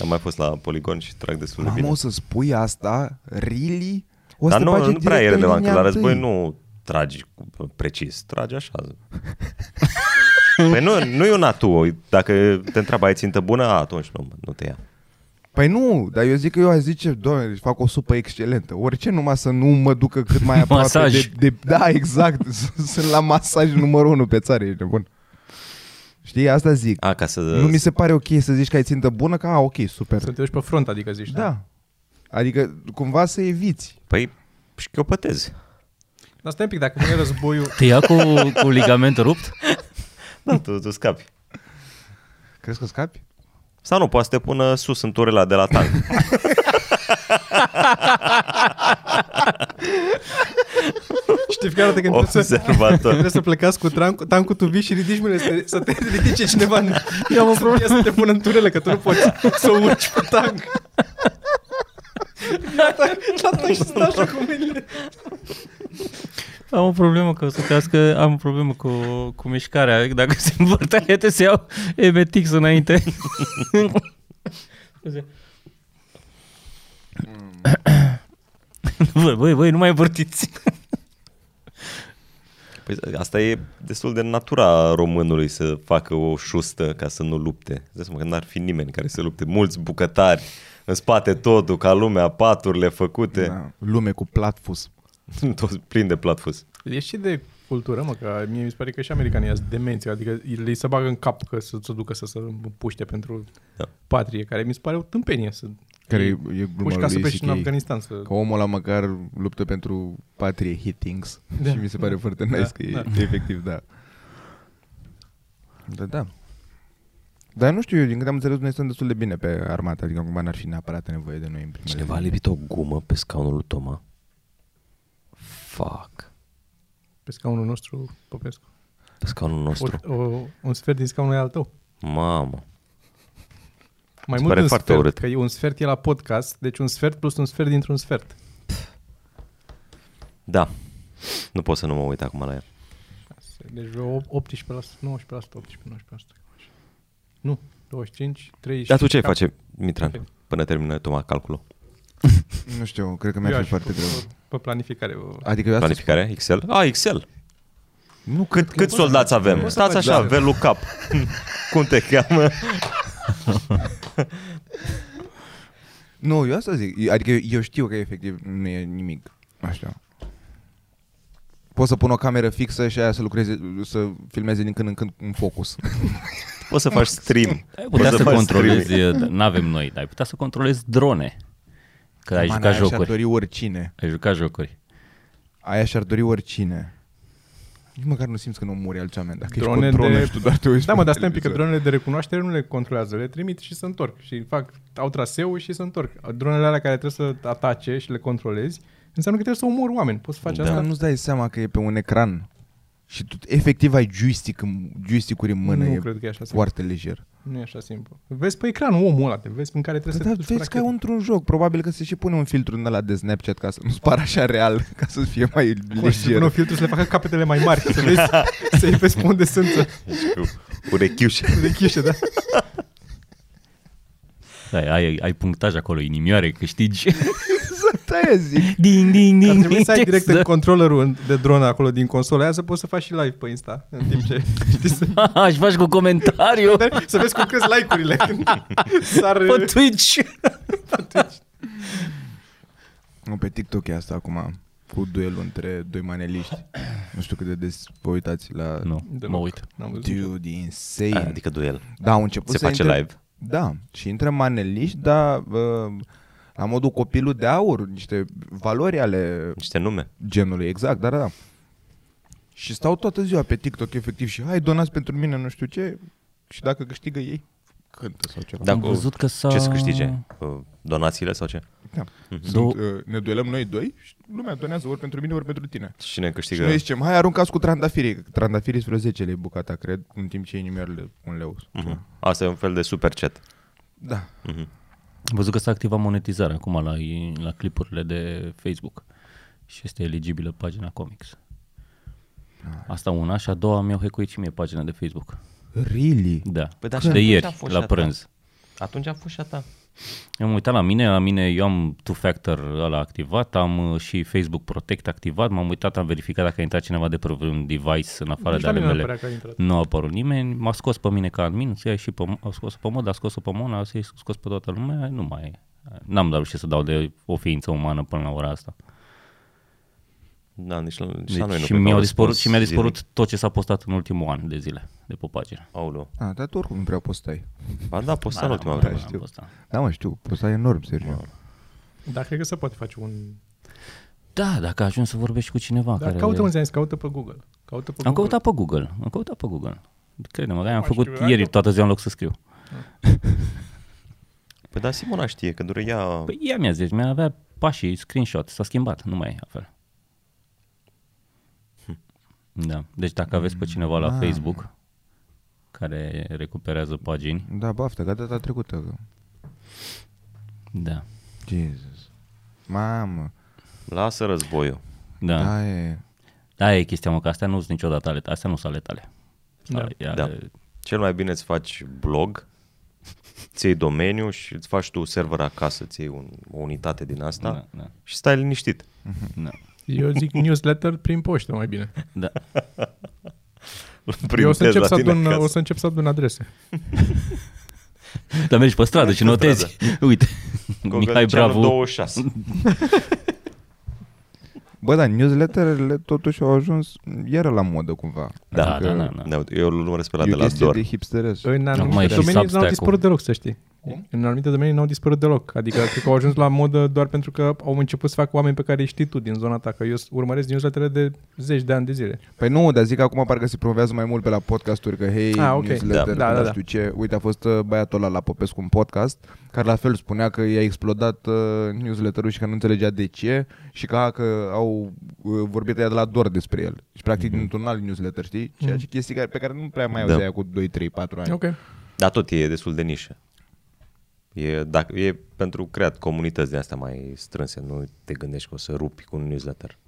Speaker 3: Am mai fost la poligon și trag destul de
Speaker 4: Mamă,
Speaker 3: bine.
Speaker 4: o să spui asta? Really? O să
Speaker 3: Dar
Speaker 4: te
Speaker 3: nu,
Speaker 4: bage
Speaker 3: nu prea
Speaker 4: direct
Speaker 3: e
Speaker 4: în
Speaker 3: relevant, că
Speaker 4: linia
Speaker 3: la război
Speaker 4: întâi.
Speaker 3: nu tragi cu- uh, precis, tragi așa. Păi nu, nu e un atu. Dacă te întreabă ai țintă bună, a, atunci nu, nu te ia.
Speaker 4: Păi nu, dar eu zic că eu aș zice, doamne, deci fac o supă excelentă. Orice numai să nu mă ducă cât mai aproape
Speaker 2: Masaj.
Speaker 4: de, de... Da, exact. Sunt la masaj numărul unu pe țară, ești nebun. Știi, asta zic.
Speaker 3: A, ca să...
Speaker 4: Nu mi se pare ok să zici că ai țintă bună, că a, ok, super.
Speaker 5: Să te duci pe front, adică zici.
Speaker 4: Da. Adică cumva să eviți.
Speaker 3: Păi, și că pătezi.
Speaker 5: Dar stai un pic, dacă vine războiul,
Speaker 2: Te ia cu, cu ligament rupt?
Speaker 3: Da, tu, tu scapi.
Speaker 4: Crezi că scapi?
Speaker 3: Sau nu, poate să te pună sus în turela de la tank.
Speaker 5: știficarea de când trebuie să...
Speaker 3: Observator.
Speaker 5: Trebuie să plecați cu tancul, tancul tu vii și ridici mâinile să, te- să te ridice cineva. în- Eu am o problemă să te pună în turele, că tu nu poți să urci pe tank. La tank, la tank și stai așa cu mâinile.
Speaker 2: Am o problemă că o să crească, am o problemă cu, cu mișcarea. Dacă se învârte, te să iau emetix înainte. Mm. Băi, băi, băi, nu mai vârtiți.
Speaker 3: Păi, asta e destul de natura românului să facă o șustă ca să nu lupte. Îți dai seama că n-ar fi nimeni care să lupte. Mulți bucătari, în spate totul, ca lumea, paturile făcute. Da.
Speaker 4: Da. Lume cu platfus.
Speaker 3: Toți plini de platfus.
Speaker 5: E și de cultură, mă, că mie mi se pare că și americanii sunt demenți, adică le se bagă în cap că să se ducă să se puște pentru
Speaker 3: Da.
Speaker 5: patrie, care mi se pare o tâmpenie să
Speaker 4: Care e, e gluma
Speaker 5: puși ca să
Speaker 4: lui
Speaker 5: pleci în
Speaker 4: CK.
Speaker 5: Afganistan. Să...
Speaker 4: Că omul ăla măcar luptă pentru patrie hitings
Speaker 5: Da.
Speaker 4: da. și mi se pare foarte nice
Speaker 5: Da,
Speaker 4: da, că e,
Speaker 5: da.
Speaker 4: da. e efectiv, da. Da, da. Dar nu știu, eu din câte am înțeles, noi suntem destul de bine pe armată, adică cumva n-ar fi neapărat nevoie de noi în primele
Speaker 3: a lipit o gumă pe scaunul lui Toma? Fuck.
Speaker 5: pe scaunul nostru, Popescu.
Speaker 3: Pe scaunul nostru.
Speaker 5: O, o, un sfert din scaunul e al tău.
Speaker 3: Mamă.
Speaker 5: Mai
Speaker 3: Se
Speaker 5: mult
Speaker 3: pare
Speaker 5: un
Speaker 3: foarte
Speaker 5: sfert,
Speaker 3: urât.
Speaker 5: că e un sfert e la podcast, deci un sfert plus un sfert dintr-un sfert.
Speaker 3: Da. Nu pot să nu mă uit acum la el.
Speaker 5: Deci vreo 18%, 19%, 18%, 19%. Nu, 25, 30.
Speaker 3: Dar tu ce ai face, Mitran,
Speaker 5: Ok.
Speaker 3: până termină Toma calculul?
Speaker 4: Nu știu, cred că
Speaker 5: Eu
Speaker 4: mi-ar
Speaker 5: aș
Speaker 4: fi foarte greu.
Speaker 5: făcut Pe planificare. vă-
Speaker 4: Adică eu asta...
Speaker 3: Planificare? Excel? Ah, Excel.
Speaker 4: Nu, cât,
Speaker 3: Cât soldați avem? Stați așa,
Speaker 4: da.
Speaker 3: velu cap. Cum te cheamă?
Speaker 4: Nu, eu asta zic. Adică eu, eu știu că efectiv nu e nimic. Așa. Pot să pun o cameră fixă și aia să lucreze, să filmeze din când în când un focus.
Speaker 3: Poți să faci stream.
Speaker 2: Ai
Speaker 3: Poți
Speaker 2: putea să
Speaker 3: faci
Speaker 2: controlezi, nu avem noi, dar ai putea să controlezi drone. Că
Speaker 4: Man,
Speaker 2: ai jucat
Speaker 4: aia și-ar
Speaker 2: jocuri.
Speaker 4: dori oricine.
Speaker 2: Ai jucat jocuri.
Speaker 4: Aia și-ar dori oricine. Nici măcar nu simți că nu muri altcea Dacă
Speaker 5: Drone
Speaker 4: ești pe dronă
Speaker 5: de-
Speaker 4: și tu doar te uiți
Speaker 5: Da,
Speaker 4: pe
Speaker 5: mă, dar stai un pic, că
Speaker 4: televizor.
Speaker 5: dronele de recunoaștere nu le controlează, le trimit și se întorc. Și fac, au traseu și se întorg. Dronele alea care trebuie să atace și le controlezi, înseamnă că trebuie să omori oameni. Poți să faci
Speaker 3: Da.
Speaker 5: asta?
Speaker 4: Dar nu-ți dai seama că e pe un ecran. Și tu efectiv ai joystick în, joystick-uri în mână.
Speaker 5: nu
Speaker 4: e
Speaker 5: cred că e așa simplu.
Speaker 4: foarte lejer.
Speaker 5: Nu e așa simplu. Vezi pe ecran omul ăla, te vezi în care trebuie
Speaker 4: Da,
Speaker 5: să...
Speaker 4: vezi că e într-un joc. Probabil că se și pune un filtru în ăla de Snapchat ca să nu-ți pară așa real, ca să fie mai
Speaker 5: Lejer.
Speaker 4: lejer.
Speaker 5: Până filtru Păi, să le facă capetele mai mari, să vezi, să-i vezi pe unde sunt, să-
Speaker 3: Cu Urechiușe.
Speaker 5: de chișe, da?
Speaker 2: Da, ai, ai punctaj acolo, inimioare, câștigi.
Speaker 4: Exact aia zic.
Speaker 2: ding, ding,
Speaker 5: Ar
Speaker 2: ding.
Speaker 5: trebui să ai
Speaker 2: ding,
Speaker 5: direct
Speaker 2: să-
Speaker 5: în controllerul de dronă acolo din consola aia să poți să faci și live pe Insta în timp ce știi, să,
Speaker 2: Aș faci cu comentariu
Speaker 5: să vezi cum crezi like-urile când sar...
Speaker 2: pe Twitch.
Speaker 4: Nu, pe TikTok e asta acum, cu duelul între doi maneliști. Nu știu cât de des vă uitați la...
Speaker 2: Nu, mă
Speaker 5: Deloc.
Speaker 2: uit.
Speaker 5: N-am văzut niciodată.
Speaker 4: Dude, e insane.
Speaker 3: Adică duel.
Speaker 4: Da, au început
Speaker 3: Se
Speaker 4: să
Speaker 3: face
Speaker 4: intre...
Speaker 3: live.
Speaker 4: Da, și intră maneliști, dar uh, la modul copilul de aur, niște valori ale
Speaker 3: Niște nume.
Speaker 4: genului, exact, dar da. Și stau toată ziua pe TikTok, efectiv, și hai, donați pentru mine, nu știu ce, și dacă câștigă ei, cântă sau ceva.
Speaker 3: Da,
Speaker 2: Am
Speaker 3: cu-
Speaker 2: văzut că s-a...
Speaker 3: Ce să câștige? Uh, Donațiile sau ce?
Speaker 4: da.
Speaker 2: Două-
Speaker 4: Sunt, uh, ne duelăm noi doi și lumea donează ori pentru mine, ori pentru tine.
Speaker 3: Cine
Speaker 4: Și
Speaker 3: câștigă?
Speaker 4: noi zicem, hai aruncați cu trandafirii. că Trandafirii sunt vreo 10 lei bucata, cred, în timp ce inimioarele un leu.
Speaker 3: Mhm. Asta e un fel de super chat.
Speaker 4: Da.
Speaker 3: Mhm.
Speaker 2: Am văzut că s-a activat monetizarea acum la, la clipurile de Facebook și este eligibilă pagina Comics. Asta una și a doua mi-au hecuit și mie pagina de Facebook.
Speaker 4: Really?
Speaker 2: Da,
Speaker 3: Păi da, și
Speaker 2: de
Speaker 3: atunci a
Speaker 2: ieri,
Speaker 3: fost și
Speaker 2: la
Speaker 3: a ta.
Speaker 2: prânz.
Speaker 3: Atunci a fost și a ta.
Speaker 2: Am uitat la mine, la mine eu am two-factor ăla activat, am uh, și Facebook Protect activat, m-am uitat, am verificat dacă a intrat cineva de pe un device în afară
Speaker 5: Nici
Speaker 2: de
Speaker 5: la
Speaker 2: ale
Speaker 5: mine nu
Speaker 2: mele.
Speaker 5: părea că a intrat.
Speaker 2: Nu a apărut nimeni, m-a scos pe mine ca admin, să ia și pe, a scos pe mod, a scos pe Mona, a scos pe toată lumea, nu mai N-am dat reușit să dau de o ființă umană până la ora asta.
Speaker 3: Da, nici la, nici la
Speaker 2: Deci
Speaker 3: noi nu.
Speaker 2: și,
Speaker 3: cred că
Speaker 2: mi-au
Speaker 3: au
Speaker 2: dispărut,
Speaker 3: răspuns
Speaker 2: și mi-a dispărut
Speaker 3: zilnic.
Speaker 2: tot ce s-a postat în ultimul an de zile de pe pagină.
Speaker 3: Aoleu.
Speaker 4: A, Da, dar tu oricum nu prea postai.
Speaker 3: Ba da, posta în ultima
Speaker 2: N-am
Speaker 3: vreme.
Speaker 2: putut, n-am postat.
Speaker 4: Da, mă, știu, postai enorm, Sergiu.
Speaker 5: Da, cred că se poate face un...
Speaker 2: Da, dacă ajungi să vorbești cu cineva
Speaker 5: Dar
Speaker 2: care...
Speaker 5: caută, mă, ți-am zis, caută pe Google. Caută pe
Speaker 2: Am
Speaker 5: Google.
Speaker 2: căutat pe Google, am căutat pe Google. Crede-mă, de-aia am
Speaker 5: Mai
Speaker 2: făcut
Speaker 5: știu, da,
Speaker 2: ieri
Speaker 5: dacă-
Speaker 2: toată ziua în loc să scriu.
Speaker 3: Păi da, Simona știe că dure ea...
Speaker 2: Păi ea mi-a zis, mi-a avea pașii, screenshot, s-a schimbat, nu mai e la fel.
Speaker 5: Hm.
Speaker 2: Da, deci dacă aveți pe cineva
Speaker 5: Ah.
Speaker 2: la Facebook care recuperează pagini,
Speaker 4: Da, baftă, ca data trecută. că-
Speaker 2: da,
Speaker 4: Jesus. Mamă.
Speaker 3: Lasă războiul.
Speaker 2: da, da,
Speaker 4: Da, e.
Speaker 2: da e chestia mă, că astea nu sunt niciodată ale tale, astea nu sunt ale tale.
Speaker 5: Da.
Speaker 2: Ale- ale-
Speaker 3: Da. Cel mai bine îți faci blog, îți iei domeniu și îți faci tu server acasă, îți iei un, o unitate din asta
Speaker 2: Da, da,
Speaker 3: și stai liniștit.
Speaker 2: da,
Speaker 5: Eu zic newsletter prin poștă mai bine.
Speaker 2: da.
Speaker 3: Printez
Speaker 5: Eu o să, încep
Speaker 3: la
Speaker 5: să
Speaker 3: tine
Speaker 5: adun,
Speaker 3: acasă.
Speaker 5: o să încep să adun adrese.
Speaker 2: Dar mergi pe stradă și notezi. Uite, Mihai
Speaker 3: Gogălceanu
Speaker 2: Bravo.
Speaker 3: 26.
Speaker 4: Bă, da, newsletterele totuși au ajuns iară la modă cumva.
Speaker 2: Da,
Speaker 4: Adică
Speaker 2: da, da, da.
Speaker 3: Da, uite, eu îl urmăresc pe la
Speaker 4: E
Speaker 3: de
Speaker 4: o
Speaker 3: la
Speaker 4: chestie
Speaker 3: Dor.
Speaker 4: de hipsteresc.
Speaker 5: În
Speaker 2: Acum e
Speaker 5: anumite
Speaker 2: și
Speaker 5: domenii n-au
Speaker 2: Substack-ul.
Speaker 5: dispărut deloc, să știi.
Speaker 4: Cum?
Speaker 5: În anumite domenii n-au dispărut deloc. Adică cred că au ajuns la modă doar pentru că au început să facă oameni pe care îi știi tu din zona ta. Că eu urmăresc newsletter de zeci de ani de zile.
Speaker 4: Păi nu, dar zic că acum parcă se promovează mai mult pe la podcasturi, că hei,
Speaker 5: Ah, ok.
Speaker 4: newsletter,
Speaker 5: Da, da,
Speaker 4: nu
Speaker 5: da.
Speaker 4: știu ce. Uite, a fost uh, băiatul ăla la Popescu un podcast, care la fel spunea că i-a explodat uh, newsletterul și că nu înțelegea de ce și că, a, că au uh, vorbit ea de la DOR despre el. Și practic mm-hmm. dintr-un alt newsletter, știi? Ceea ce chestii care, pe care nu prea mai
Speaker 3: Da.
Speaker 4: auzeai cu 2, 3, 4 ani.
Speaker 5: Mhm. Ok.
Speaker 3: Dar tot e destul de nișă. E, dacă, e pentru creat comunități de astea mai strânse, nu te gândești că o să rupi cu un newsletter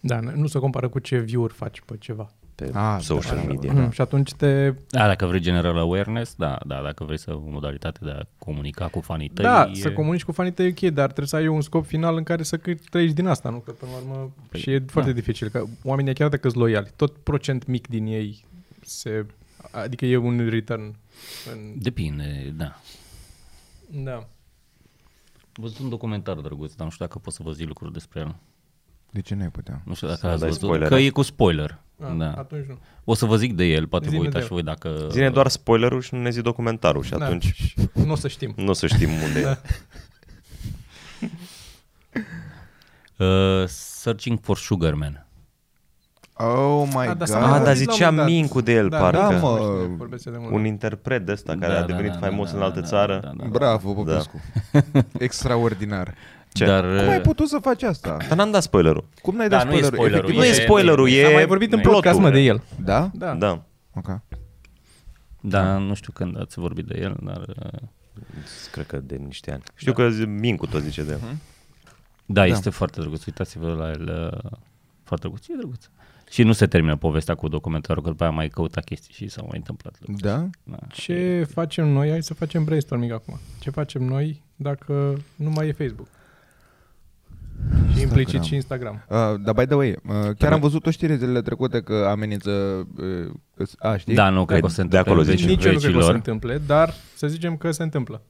Speaker 5: Da, n- nu se compară cu ce view-uri faci pe ceva.
Speaker 3: pe
Speaker 4: Ah,
Speaker 3: ah, social
Speaker 4: da.
Speaker 3: da, media.
Speaker 5: Mm. Și atunci te...
Speaker 2: Da, dacă vrei general awareness, da, da, dacă vrei să o modalitate de a comunica cu fanii tăi.
Speaker 5: Da,
Speaker 2: e-
Speaker 5: să comunici cu fanii tăi, ok, dar trebuie să ai un scop final în care să câ- trăiești din asta, nu? Că până la urmă...
Speaker 2: Păi,
Speaker 5: și
Speaker 2: da.
Speaker 5: e foarte dificil, că oamenii chiar dacă sunt loiali, tot procent mic din ei se... Adică e un return. În...
Speaker 2: Depinde, da.
Speaker 5: Da.
Speaker 2: Văzut un documentar drăguț, dar nu știu dacă pot să vă zic lucruri despre el.
Speaker 4: De ce n-ai putea?
Speaker 2: Nu știu dacă
Speaker 3: dai
Speaker 2: ați văzut.
Speaker 3: spoiler. da.
Speaker 2: Că e cu spoiler.
Speaker 5: A,
Speaker 2: da.
Speaker 5: Atunci nu.
Speaker 2: O să vă zic de el, poate vă
Speaker 5: Ah, Zine
Speaker 2: uitați
Speaker 5: de
Speaker 2: și voi dacă...
Speaker 3: Zine doar spoilerul și nu ne zi documentarul și
Speaker 5: Da.
Speaker 3: atunci
Speaker 5: Nu o să
Speaker 4: Oh
Speaker 5: știm.
Speaker 3: nu o să știm unde e.
Speaker 2: Uh, Searching for Sugar Man.
Speaker 4: Oh my
Speaker 5: Ah,
Speaker 4: god!
Speaker 5: dar s-a
Speaker 3: Ah,
Speaker 5: mai
Speaker 3: dar
Speaker 5: zis la un
Speaker 3: zicea
Speaker 5: moment dat.
Speaker 3: Mincu de el,
Speaker 5: Da,
Speaker 3: parcă.
Speaker 4: da, mă.
Speaker 5: Mă, vorbesc de mult.
Speaker 3: Un interpret de ăsta
Speaker 2: Da,
Speaker 3: care a devenit faimos în altă țară.
Speaker 4: Bravo, Popescu! Extraordinar!
Speaker 3: Ce?
Speaker 2: Dar, uh,
Speaker 4: Cum ai putut să faci asta?
Speaker 3: Dar n-am dat spoilerul.
Speaker 4: Cum n-ai
Speaker 2: Da,
Speaker 4: dat
Speaker 2: nu e
Speaker 4: spoilerul?
Speaker 2: spoilerul,
Speaker 4: Efectiv,
Speaker 3: Nu e
Speaker 2: e-
Speaker 3: spoilerul, e
Speaker 5: Am mai vorbit în
Speaker 3: plotul.
Speaker 5: podcast, mă, de el.
Speaker 4: Da?
Speaker 5: Da. da.
Speaker 3: Da.
Speaker 4: Ok.
Speaker 2: Da, nu știu când ați vorbit de el, dar... uh,
Speaker 3: Cred că de niște ani. Știu da. că zi- Mincu tot zice de el.
Speaker 2: Da, da, este foarte drăguț. Uitați-vă la el. uh, Foarte drăguț. E drăguț. Și nu se termină povestea cu documentarul, că după aia mai căuta chestii și s-au mai întâmplat lucruri.
Speaker 4: Da?
Speaker 2: Da.
Speaker 5: Ce facem noi? Hai să facem brainstorming acum. Ce facem noi dacă nu mai e Facebook? Și implicit și Instagram.
Speaker 4: Uh, dar by the way, uh,
Speaker 2: Da,
Speaker 4: chiar am văzut o știre zilele trecute că amenință... Uh, că s- a, știi?
Speaker 2: Da, nu, cred
Speaker 3: Păi
Speaker 2: că o să se
Speaker 3: de
Speaker 2: întâmple
Speaker 3: acolo
Speaker 2: în
Speaker 3: zice.
Speaker 2: vecii
Speaker 5: Nici eu nu cred că o să se
Speaker 2: vecilor.
Speaker 5: întâmple, dar să zicem că se întâmplă.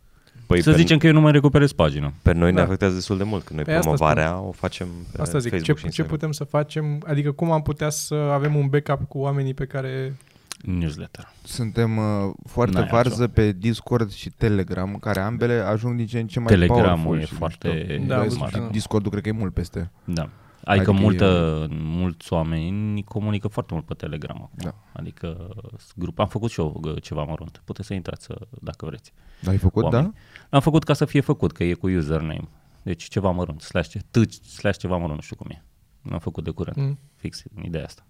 Speaker 3: Păi
Speaker 2: Să
Speaker 3: pe,
Speaker 2: zicem că eu nu mai recuperez pagina.
Speaker 3: pe noi ne
Speaker 5: Da.
Speaker 3: afectează destul de mult, că noi
Speaker 5: Pe asta
Speaker 3: promovarea o facem pe
Speaker 5: Asta zic,
Speaker 3: Da, Facebook
Speaker 5: ce,
Speaker 3: și
Speaker 5: ce
Speaker 3: Instagram.
Speaker 5: putem să facem, adică cum am putea să avem un backup cu oamenii pe care...
Speaker 2: Newsletter.
Speaker 4: Suntem uh, foarte
Speaker 2: N-ai
Speaker 4: varză pe Discord și Telegram, care ambele ajung din ce în ce mai
Speaker 2: Telegramul
Speaker 4: powerful
Speaker 2: e
Speaker 4: și
Speaker 2: foarte
Speaker 4: mișto.
Speaker 5: Da,
Speaker 4: Da,
Speaker 5: am
Speaker 2: smart.
Speaker 5: văzut.
Speaker 4: Discordul cred că e mult peste.
Speaker 2: Da. Adică,
Speaker 4: Adică
Speaker 2: multă, mulți oameni comunică foarte mult pe Telegram acum.
Speaker 4: Da.
Speaker 2: Da. Adică s- grup, am făcut și eu gă, ceva mărunt. Puteți să intrați să- dacă vreți.
Speaker 4: L-ai făcut,
Speaker 2: oameni.
Speaker 4: da?
Speaker 2: L-am făcut ca să fie făcut, că e cu username. Deci ceva mărunt, slash, ce- t, slash ceva mărunt, nu știu cum e. L-am făcut de curând, mm.
Speaker 5: Mm.
Speaker 2: fix în ideea asta.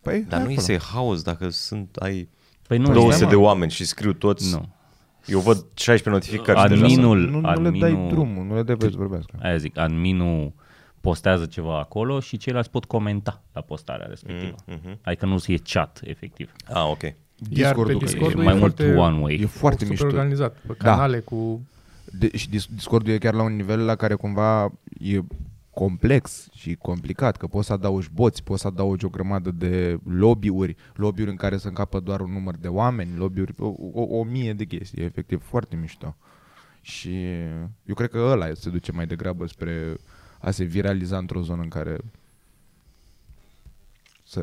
Speaker 4: Păi, hai
Speaker 3: Dar nu
Speaker 4: acolo.
Speaker 3: este haos dacă sunt ai
Speaker 2: Păi nu,
Speaker 3: 200
Speaker 2: știam,
Speaker 3: de oameni și scriu toți.
Speaker 2: Nu.
Speaker 3: Eu văd 16 notificări și deja. sunt-
Speaker 2: Adminul,
Speaker 4: Nu, nu le dai drumul, nu le dai voie să vorbească.
Speaker 2: Aia zic, adminul postează ceva acolo și ceilalți pot comenta la postarea respectivă. Mm, mm-hmm. Adică nu se e chat, efectiv.
Speaker 3: Ah, ok.
Speaker 5: Iar pe
Speaker 4: Discordul că
Speaker 2: E
Speaker 5: Discord
Speaker 2: mai mult one way.
Speaker 4: e foarte
Speaker 5: super
Speaker 4: mișto.
Speaker 5: organizat, pe
Speaker 4: Da.
Speaker 5: canale cu...
Speaker 4: De, și dis- Discordul e chiar la un nivel la care cumva e complex și complicat, că poți să adaugi boți, poți să adaugi o grămadă de lobby-uri, lobby-uri în care să încapă doar un număr de oameni, lobby-uri, o, o, o mie de chestii, e efectiv foarte mișto. Și eu cred că ăla se duce mai degrabă spre a se viraliza într-o zonă în care să...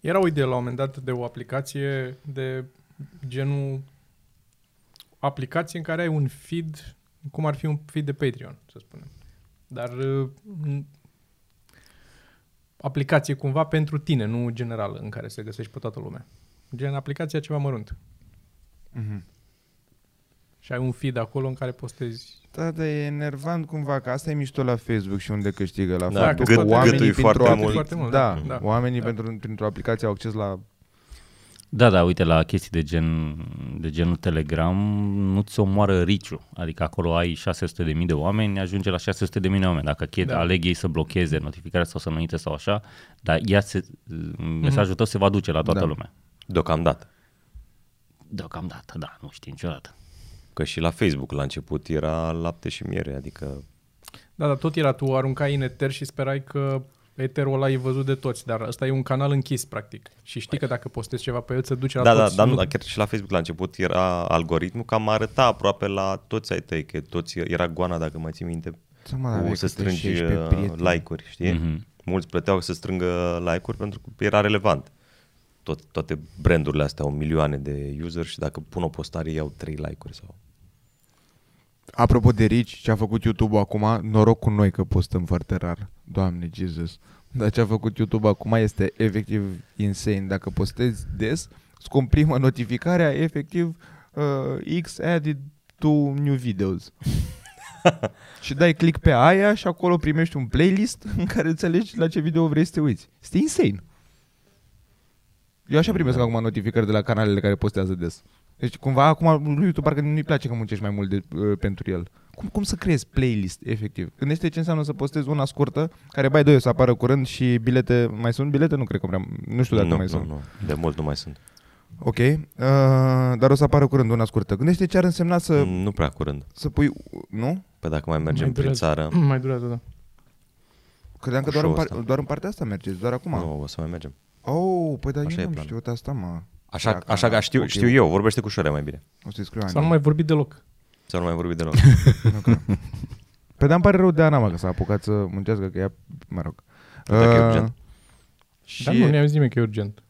Speaker 5: Era o idee la un moment dat de o aplicație de genul aplicație în care ai un feed, cum ar fi un feed de Patreon, să spunem. Dar uh, n- aplicație cumva pentru tine, nu generală, în care se găsești pe toată lumea. Gen aplicația ceva mărunt.
Speaker 4: Mhm.
Speaker 5: Și ai un feed acolo în care postezi.
Speaker 4: Da, dar e enervant cumva, că asta e mișto la Facebook și unde câștigă la
Speaker 3: Da,
Speaker 4: faptul
Speaker 3: gât-
Speaker 4: că oamenii
Speaker 3: gâtul e
Speaker 4: printr-o
Speaker 3: foarte
Speaker 4: apli-
Speaker 3: mult.
Speaker 5: Foarte mult,
Speaker 4: Da,
Speaker 5: da.
Speaker 4: oamenii
Speaker 5: Da.
Speaker 4: Pentru, printr-o aplicație au acces la
Speaker 2: Da, da, uite, la chestii de, gen, de genul Telegram nu ți omoară riciu. Adică acolo ai 600.000 de oameni, ajunge la 600.000 de oameni. Dacă ched, da.
Speaker 5: Da.
Speaker 2: aleg ei să blocheze notificarea sau să nu intre sau așa, dar ea se, mesajul tău se va duce la toată
Speaker 4: Da.
Speaker 2: da. lumea.
Speaker 3: Deocamdată.
Speaker 2: Deocamdată, da, nu știi niciodată.
Speaker 3: Că și la Facebook la început era lapte și miere, adică
Speaker 5: Da, dar tot era tu, aruncai în eter și sperai că eterul ăla e văzut de toți, dar ăsta e un canal închis, practic. Și știi că dacă postezi ceva pe el, se duce la
Speaker 3: Păi. Da, da,
Speaker 5: toți.
Speaker 3: dar nu, dar chiar și la Facebook la început era algoritmul cam arăta aproape la toți ai tăi, că toți era goana, dacă mai ții minte,
Speaker 4: Să mă,
Speaker 3: cu
Speaker 4: dacă
Speaker 3: să
Speaker 4: te
Speaker 3: strângi
Speaker 4: șești pe
Speaker 3: uh,
Speaker 4: prieteni.
Speaker 3: Mhm.
Speaker 2: Mhm.
Speaker 3: like-uri, știi? Mm-hmm. Mulți plăteau să strângă like-uri pentru că era relevant. tot, toate brandurile astea au milioane de user și dacă pun o postare iau 3 like-uri sau...
Speaker 4: Apropo de Rich, ce a făcut YouTube-ul acum, noroc cu noi că postăm foarte rar. Doamne, Jesus. Dar ce a făcut YouTube acum este efectiv insane. Dacă postezi des, îți comprimă notificarea, efectiv, uh, X added to new videos. și dai click pe aia și acolo primești un playlist în care îți alegi la ce video vrei să te uiți. Este insane. Eu așa primesc acum notificări de la canalele care postează des. Deci cumva acum lui YouTube parcă nu-i place că muncești mai mult de, uh, pentru el. Cum, cum să creezi playlist, efectiv? Gândește ce înseamnă să postezi una scurtă, care, bai, doi, o să apară curând și bilete, mai sunt bilete? Nu cred că prea, nu știu dacă
Speaker 3: nu,
Speaker 4: mai
Speaker 3: nu,
Speaker 4: sunt.
Speaker 3: nu, de mult nu mai sunt.
Speaker 4: Ok, uh, dar o să apară curând una scurtă. Gândește ce ar însemna să,
Speaker 3: Nu prea curând.
Speaker 4: să pui, nu?
Speaker 3: Pe dacă mai mergem
Speaker 5: Mai
Speaker 3: prin
Speaker 5: durează.
Speaker 3: țară,
Speaker 5: Mai durează, da.
Speaker 4: Credeam că
Speaker 3: Cu
Speaker 4: doar în,
Speaker 3: show-ul
Speaker 4: par-
Speaker 3: ăsta.
Speaker 4: doar în partea asta mergeți, doar acum.
Speaker 3: nu o să mai mergem.
Speaker 4: Oh, păi dar
Speaker 3: Așa e
Speaker 4: eu nu
Speaker 3: planul.
Speaker 4: știu asta, mă.
Speaker 3: Așa,
Speaker 4: Dacă-
Speaker 3: așa că știu,
Speaker 4: ok.
Speaker 3: știu eu, vorbește cu șoarea mai bine.
Speaker 4: O să-i scriu
Speaker 5: Sau nu
Speaker 4: Ana.
Speaker 5: mai vorbit deloc.
Speaker 3: Să nu mai vorbi deloc.
Speaker 4: Păi dar îmi pare rău de Ana, mă, că s-a apucat să muncească, că ea, mă rog.
Speaker 3: Dacă e
Speaker 4: Uh,
Speaker 3: urgent.
Speaker 4: Și...
Speaker 5: Dar nu ne-a zis nimeni că e urgent.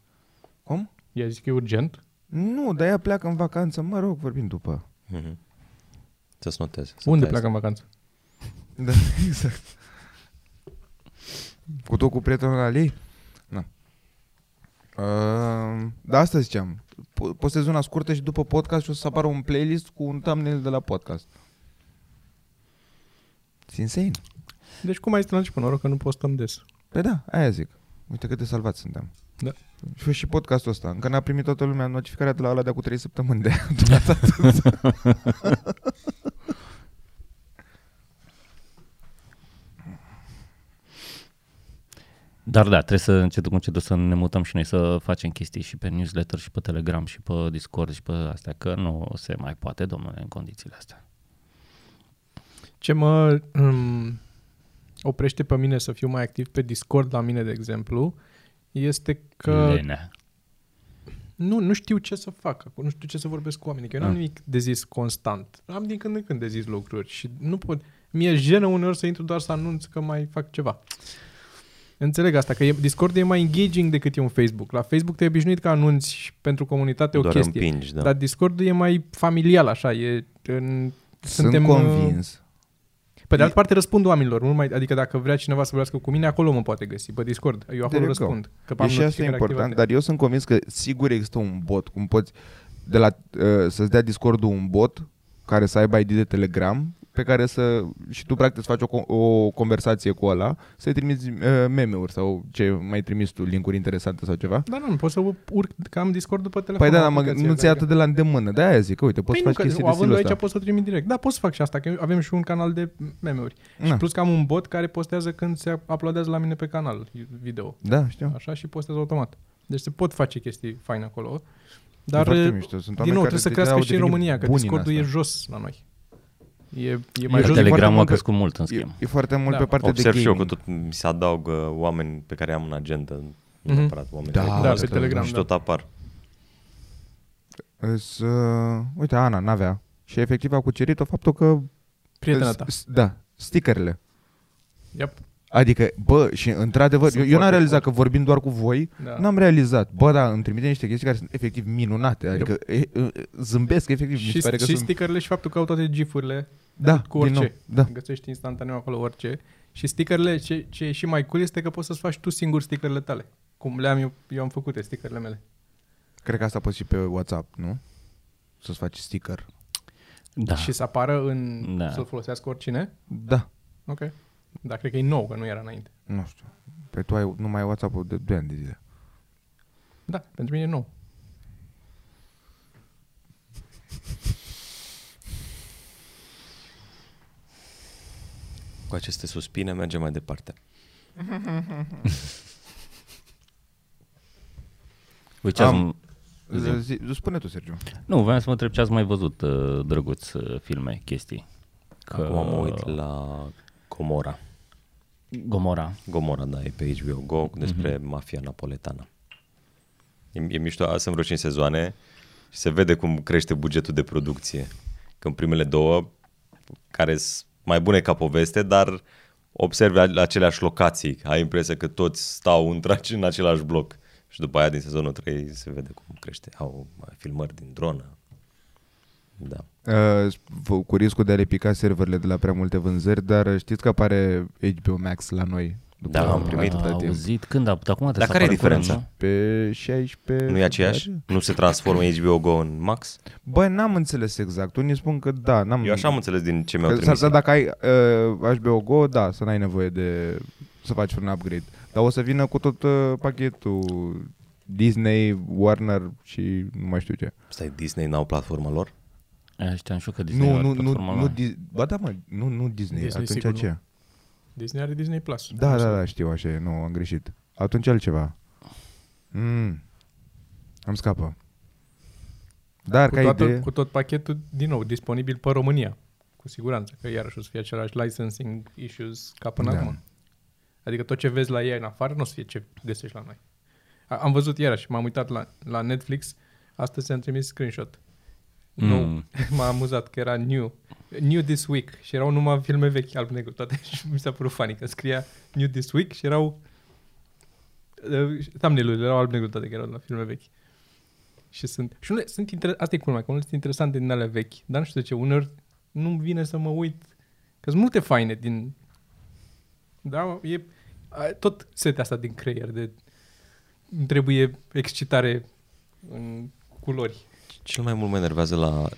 Speaker 4: Cum?
Speaker 5: I-a zis că e urgent.
Speaker 4: Nu, dar ea pleacă în vacanță, mă rog, vorbim după.
Speaker 3: Mhm. Să-ți notezi. să tăiezi.
Speaker 5: Unde pleacă în vacanță?
Speaker 4: Da, exact. Cu tot cu prietenul al ei? Nu. Uh, da, asta ziceam. Po- Postez una scurtă și după podcast și o să apară un playlist cu un thumbnail de la podcast. It's insane.
Speaker 5: Deci cum ai zis la început, noroc că nu postăm des.
Speaker 4: Păi da, aia zic. Uite cât de salvați suntem.
Speaker 5: Da.
Speaker 4: Și și podcastul ăsta. Încă n-a primit toată lumea notificarea de la ăla de cu 3 săptămâni de
Speaker 2: Dar da, trebuie să încetul cu încetul să ne mutăm și noi să facem chestii și pe newsletter și pe Telegram și pe Discord și pe astea, că nu se mai poate, domnule, în condițiile astea.
Speaker 5: Ce mă um, oprește pe mine să fiu mai activ pe Discord la mine, de exemplu, este că
Speaker 2: Lenea.
Speaker 5: nu, nu știu ce să fac acum, nu știu ce să vorbesc cu oamenii, că eu n-am
Speaker 2: Ah.
Speaker 5: nimic de zis constant. Am din când în când de zis lucruri și nu pot... Mi-e jenă uneori să intru doar să anunț că mai fac ceva. Înțeleg asta, că e, Discord e mai engaging decât e un Facebook. La Facebook te-ai obișnuit că anunți pentru comunitate o
Speaker 3: Doar
Speaker 5: chestie.
Speaker 3: împingi, da.
Speaker 5: Dar Discord e mai familial așa, e în...
Speaker 4: Sunt
Speaker 5: uh,
Speaker 4: convins.
Speaker 5: Pe de altă parte răspund oamenilor, mult mai, adică dacă vrea cineva să vorbească cu mine, acolo mă poate găsi, pe Discord, eu
Speaker 4: There
Speaker 5: acolo
Speaker 4: you
Speaker 5: răspund. Că
Speaker 4: E
Speaker 5: am
Speaker 4: și asta e
Speaker 5: notificări
Speaker 4: important,
Speaker 5: activate.
Speaker 4: dar eu sunt convins că sigur există un bot, cum poți de la, uh, să-ți dea Discord-ul un bot care să aibă ID de Telegram pe care să, și tu practic să faci o, co- o conversație cu ăla, să-i trimiți uh, meme-uri sau ce mai trimis tu, link-uri interesante sau ceva.
Speaker 5: Dar Da, nu, pot să urc, că am Discord după telefon.
Speaker 4: Păi da,
Speaker 5: la
Speaker 4: dar mă,
Speaker 5: aplicație,
Speaker 4: nu ți
Speaker 5: adică-
Speaker 4: atât de la îndemână, de aia zic, că uite, poți să
Speaker 5: păi
Speaker 4: faci
Speaker 5: nu,
Speaker 4: chestii
Speaker 5: că
Speaker 4: de
Speaker 5: având
Speaker 4: stilul
Speaker 5: aici
Speaker 4: ăsta.
Speaker 5: pot să o trimit direct. Da, pot să fac și asta, că avem și un canal de meme-uri.
Speaker 4: Na.
Speaker 5: Și plus că am un bot care postează când se uploadează la mine pe canal video.
Speaker 4: Da, știu.
Speaker 5: Așa și postează automat. Deci se pot face chestii faine acolo.
Speaker 4: E
Speaker 5: Dar, uh, eh,
Speaker 4: foarte
Speaker 5: din
Speaker 4: mișto. Sunt
Speaker 5: nou,
Speaker 4: oameni care
Speaker 5: trebuie să
Speaker 4: deja
Speaker 5: crească
Speaker 4: au
Speaker 5: și în
Speaker 4: devenit
Speaker 5: România, că
Speaker 4: buni în
Speaker 5: Discord-ul e
Speaker 4: asta.
Speaker 5: jos la noi. E, e
Speaker 2: Pe
Speaker 5: mai
Speaker 4: Eu zic
Speaker 5: jos.
Speaker 4: foarte
Speaker 2: Telegram a
Speaker 4: mult că-
Speaker 2: crescut mult, în schimb.
Speaker 4: E, e foarte mult
Speaker 5: Da.
Speaker 4: pe partea
Speaker 3: Observ
Speaker 4: de
Speaker 3: și eu
Speaker 4: gaming.
Speaker 3: că tot mi se adaugă oameni pe care am în agenda, nu
Speaker 5: Mhm.
Speaker 3: neapărat oameni.
Speaker 4: Da,
Speaker 3: care
Speaker 4: da,
Speaker 3: cunosc,
Speaker 4: pe Telegram,
Speaker 3: Și
Speaker 5: da.
Speaker 3: tot apar.
Speaker 4: Îs, uh, uite, Ana n-avea și efectiv a cucerit-o faptul că
Speaker 5: Prietena ta.
Speaker 4: S- s- Da, stickerele.
Speaker 5: Yep.
Speaker 4: Adică, bă, și într-adevăr, eu,
Speaker 5: Sunt
Speaker 4: eu n-am
Speaker 5: foarte
Speaker 4: realizat că vorbim doar cu voi,
Speaker 5: Da.
Speaker 4: n-am realizat. Bă, da, îmi trimite niște chestii care sunt efectiv minunate, adică e, e, zâmbesc efectiv, mi se
Speaker 5: Și,
Speaker 4: pare că
Speaker 5: și
Speaker 4: sunt...
Speaker 5: stickerele și faptul că au toate gifurile
Speaker 4: Da,
Speaker 5: cu
Speaker 4: din
Speaker 5: orice.
Speaker 4: nou, da.
Speaker 5: Găsești instantaneu acolo orice. Și stickerele, ce, ce e și mai cool este că poți să-ți faci tu singur stickerele tale. Cum le-am eu, eu am făcut stickerele mele.
Speaker 4: Cred că asta poți și pe WhatsApp, nu? Să-ți faci sticker.
Speaker 2: Da.
Speaker 5: Și să apară în...
Speaker 2: Da.
Speaker 5: Da. Să-l folosească oricine.
Speaker 4: Da,
Speaker 5: Ok. Dar cred că e nou, că nu era înainte.
Speaker 4: nu știu. Pe tu ai, nu mai ai WhatsApp-ul de 2 ani de zile.
Speaker 5: Da, pentru mine e nou.
Speaker 3: Cu aceste suspine mergem mai departe.
Speaker 2: Uite, am...
Speaker 4: Am-
Speaker 2: am...
Speaker 4: Zi- zi- Spune tu, Sergiu.
Speaker 2: Nu, vreau să mă întreb ce ați mai văzut, uh, drăguț, uh, filme, chestii. Că...
Speaker 3: Acum mă uit la Gomora.
Speaker 2: Gomora.
Speaker 3: Gomora, da, e pe HBO Go despre mafia napoletană. E, e mișto, a, sunt vreo 5 sezoane și se vede cum crește bugetul de producție. Când primele două, care sunt mai bune ca poveste, dar observi a- aceleași locații. Ai impresia că toți stau într în același bloc. Și după aia din sezonul 3 se vede cum crește. Au mai filmări din dronă. Da.
Speaker 4: Uh, cu riscul de a le pica serverele de la prea multe vânzări, dar uh, știți că apare HBO Max la noi.
Speaker 3: Da, am primit.
Speaker 2: A,
Speaker 4: atâta timp.
Speaker 2: auzit. Când? a- Acum trebuie
Speaker 3: Dar
Speaker 2: să
Speaker 3: care e
Speaker 2: apară curând,
Speaker 3: diferența?
Speaker 4: Pe 16...
Speaker 3: Nu e aceeași? Nu se transformă HBO Go în Max?
Speaker 4: Bă, n-am înțeles exact. Unii spun că da, n-am...
Speaker 3: Eu așa am înțeles din ce mi-au
Speaker 4: Că
Speaker 3: trimis.
Speaker 4: s-ar putea dacă ai uh, HBO Go, da, să n-ai nevoie de să faci un upgrade. Dar o să vină cu tot uh, pachetul Disney, Warner și nu mai știu ce.
Speaker 3: Stai, Disney n-au platforma lor?
Speaker 2: nu? Ăștia nu știu că Disney
Speaker 4: Nu,
Speaker 2: are
Speaker 4: nu, nu,
Speaker 2: platforma
Speaker 4: nu,
Speaker 2: la-
Speaker 4: Dis- ba da, mă, nu, nu Disney,
Speaker 5: Disney,
Speaker 4: atunci
Speaker 5: sigur,
Speaker 4: ce?
Speaker 5: Disney are Disney Plus.
Speaker 4: Da, da, da, știu, așa e, nu, am greșit. Atunci altceva. Mm. Am scapă. Dar
Speaker 5: Cu,
Speaker 4: ca
Speaker 5: toată,
Speaker 4: idee...
Speaker 5: cu tot pachetul, din nou, disponibil pe România. Cu siguranță, că iarăși o să fie același licensing issues ca până
Speaker 4: Da.
Speaker 5: da. acum. Adică tot ce vezi la ei în afară nu o să fie ce găsești la noi. A- Am văzut iarăși, m-am uitat la, la Netflix, astăzi ți-am trimis screenshot. Nu,
Speaker 2: Mm.
Speaker 5: m-a amuzat că era new. New this week și erau numai filme vechi alb-negru toate și mi s-a părut funny că scria new this week și erau uh, thumbnail-urile erau alb-negru toate că erau la filme vechi. Și sunt, și unele sunt inter- asta e culmea, că unele sunt interesante din alea vechi, dar nu știu de ce, uneori nu-mi vine să mă uit, că sunt multe faine din, da, e a- tot setea asta din creier, de îmi trebuie excitare în culori.
Speaker 3: Cel mai mult mă enervează la,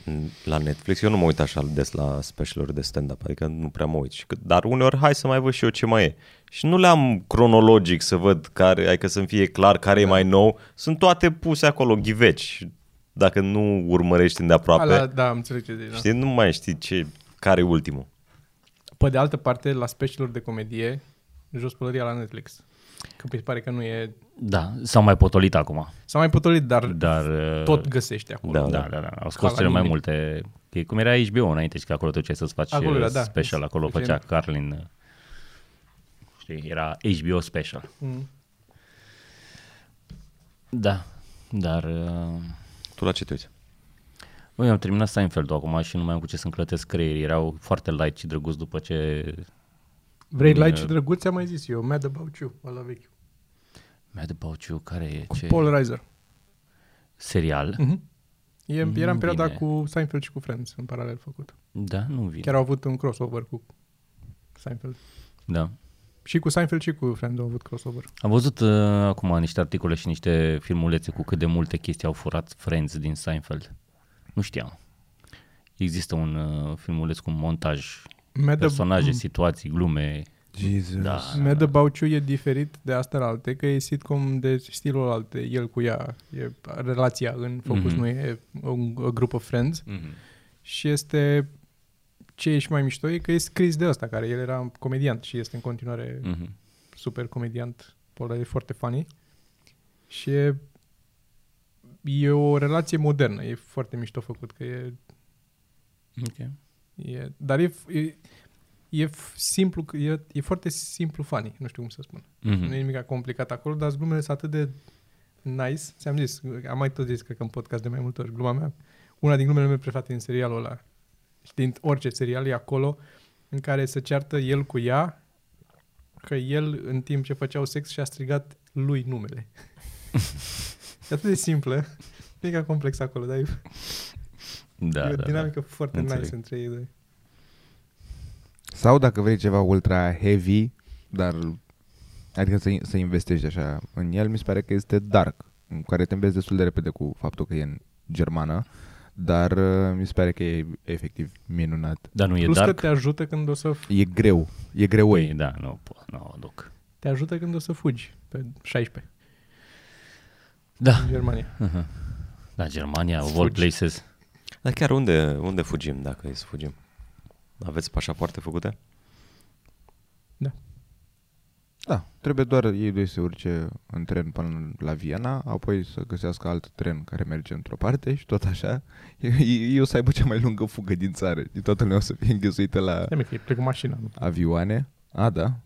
Speaker 3: la Netflix. Eu nu mă uit așa des la specialuri de stand-up, adică nu prea mă uit. Și că- Dar uneori hai să mai văd și eu ce mai e. Și nu le-am cronologic să văd care, adică să-mi fie clar care e mai nou. Sunt toate puse acolo, ghiveci. Dacă nu urmărești îndeaproape,
Speaker 5: Ala,
Speaker 3: Ala,
Speaker 5: da, am înțeles ce zici, da.
Speaker 3: știi, nu mai știi ce, care e ultimul.
Speaker 5: Pe de altă parte, la specialuri de comedie, jos pălăria la Netflix. Că mi se pare că nu e...
Speaker 2: Da, s-au mai potolit acum.
Speaker 5: S-a mai potolit, dar, da,
Speaker 2: Dar uh,
Speaker 5: tot găsești acolo.
Speaker 3: Da,
Speaker 2: Da, da, da, da. Au scos
Speaker 5: Ca la
Speaker 2: cele mai
Speaker 5: anime.
Speaker 2: multe. E cum era HBO înainte, și că acolo ce să-ți faci
Speaker 5: Acolo era,
Speaker 2: uh,
Speaker 5: da.
Speaker 2: special, acolo
Speaker 5: Special.
Speaker 2: făcea Carlin. uh, Știi, era HBO special.
Speaker 5: Mm.
Speaker 2: Da, dar... uh,
Speaker 3: Tu la ce te uiți?
Speaker 2: Băi, am terminat Seinfeld acum și nu mai am cu ce să-mi clătesc creierii. Erau foarte light și drăguț după ce...
Speaker 5: Vrei
Speaker 2: Bine.
Speaker 5: like și drăguț, am mai zis eu. Mad About You, ăla vechi.
Speaker 2: Mad About You, care e?
Speaker 5: Cu
Speaker 2: ce
Speaker 5: Paul Reiser.
Speaker 2: Serial?
Speaker 5: Mhm. E, era în perioada
Speaker 2: Mm, Bine.
Speaker 5: cu Seinfeld și cu Friends, în paralel făcut.
Speaker 2: Da, nu vin.
Speaker 5: Chiar au avut un crossover cu Seinfeld.
Speaker 2: Da. Și
Speaker 5: Și cu Seinfeld și cu Friends au avut crossover.
Speaker 2: Am văzut uh, acum niște articole și niște filmulețe cu cât de multe chestii au furat Friends din Seinfeld. Nu știam. Există un uh, filmuleț cu un montaj,
Speaker 5: Mad,
Speaker 2: personaje, situații, glume.
Speaker 4: Jesus.
Speaker 2: Da.
Speaker 5: Mad About You e diferit de asta la alte, că e sitcom de stilul alte, el cu ea, e relația în focus,
Speaker 2: Mhm.
Speaker 5: mm-hmm. nu e un a group of friends.
Speaker 2: Mm-hmm.
Speaker 5: Și este ce e și mai mișto e că e scris de ăsta, care el era comediant și este în continuare
Speaker 2: Mm-hmm.
Speaker 5: super comediant, Paul e foarte funny și e, e o relație modernă, e foarte mișto făcut, că e,
Speaker 2: Okay.
Speaker 5: e dar e, f- e, e f- simplu, c- e, e foarte simplu funny, nu știu cum să spun. Mm. Nu e
Speaker 2: Mm-hmm.
Speaker 5: nimic complicat acolo, dar sunt glumele sunt atât de nice, ți-am zis, am mai tot zis, cred că în podcast de mai multe ori, gluma mea, una din glumele mele preferate din serialul ăla, și din orice serial, e acolo în care se ceartă el cu ea, că el, în timp ce făceau sex, și-a strigat lui numele. e atât de simplă, nimic complex acolo, dar e,
Speaker 2: Da,
Speaker 5: da, e o
Speaker 2: da, da.
Speaker 5: dinamică da. foarte
Speaker 3: Înțeleg.
Speaker 5: nice între ei doi.
Speaker 4: Sau dacă vrei ceva ultra heavy, dar adică să, să investești așa în el, mi se pare că este Dark, în care te înveți destul de repede cu faptul că e în germană, dar uh, mi se pare că e efectiv minunat.
Speaker 2: Dar nu e
Speaker 5: Plus
Speaker 2: dark?
Speaker 5: că te ajută când o să
Speaker 4: E greu, e greu.
Speaker 2: Păi, da, nu, po- nu o duc.
Speaker 5: te ajută când o să fugi pe 16
Speaker 2: Da,
Speaker 5: în Germania.
Speaker 2: da, Germania, of all
Speaker 5: Fugi.
Speaker 2: places.
Speaker 3: Dar chiar unde, unde fugim dacă e să fugim? Aveți pașapoarte făcute?
Speaker 5: Da.
Speaker 4: Da, trebuie doar ei doi să urce în tren până la Viena, apoi să găsească alt tren care merge într-o parte și tot așa. Eu să aibă cea mai lungă fugă din țară. Și Toată lumea o să fie înghesuită la
Speaker 5: Da, mic, e plec cu mașina, nu
Speaker 4: avioane. A, da,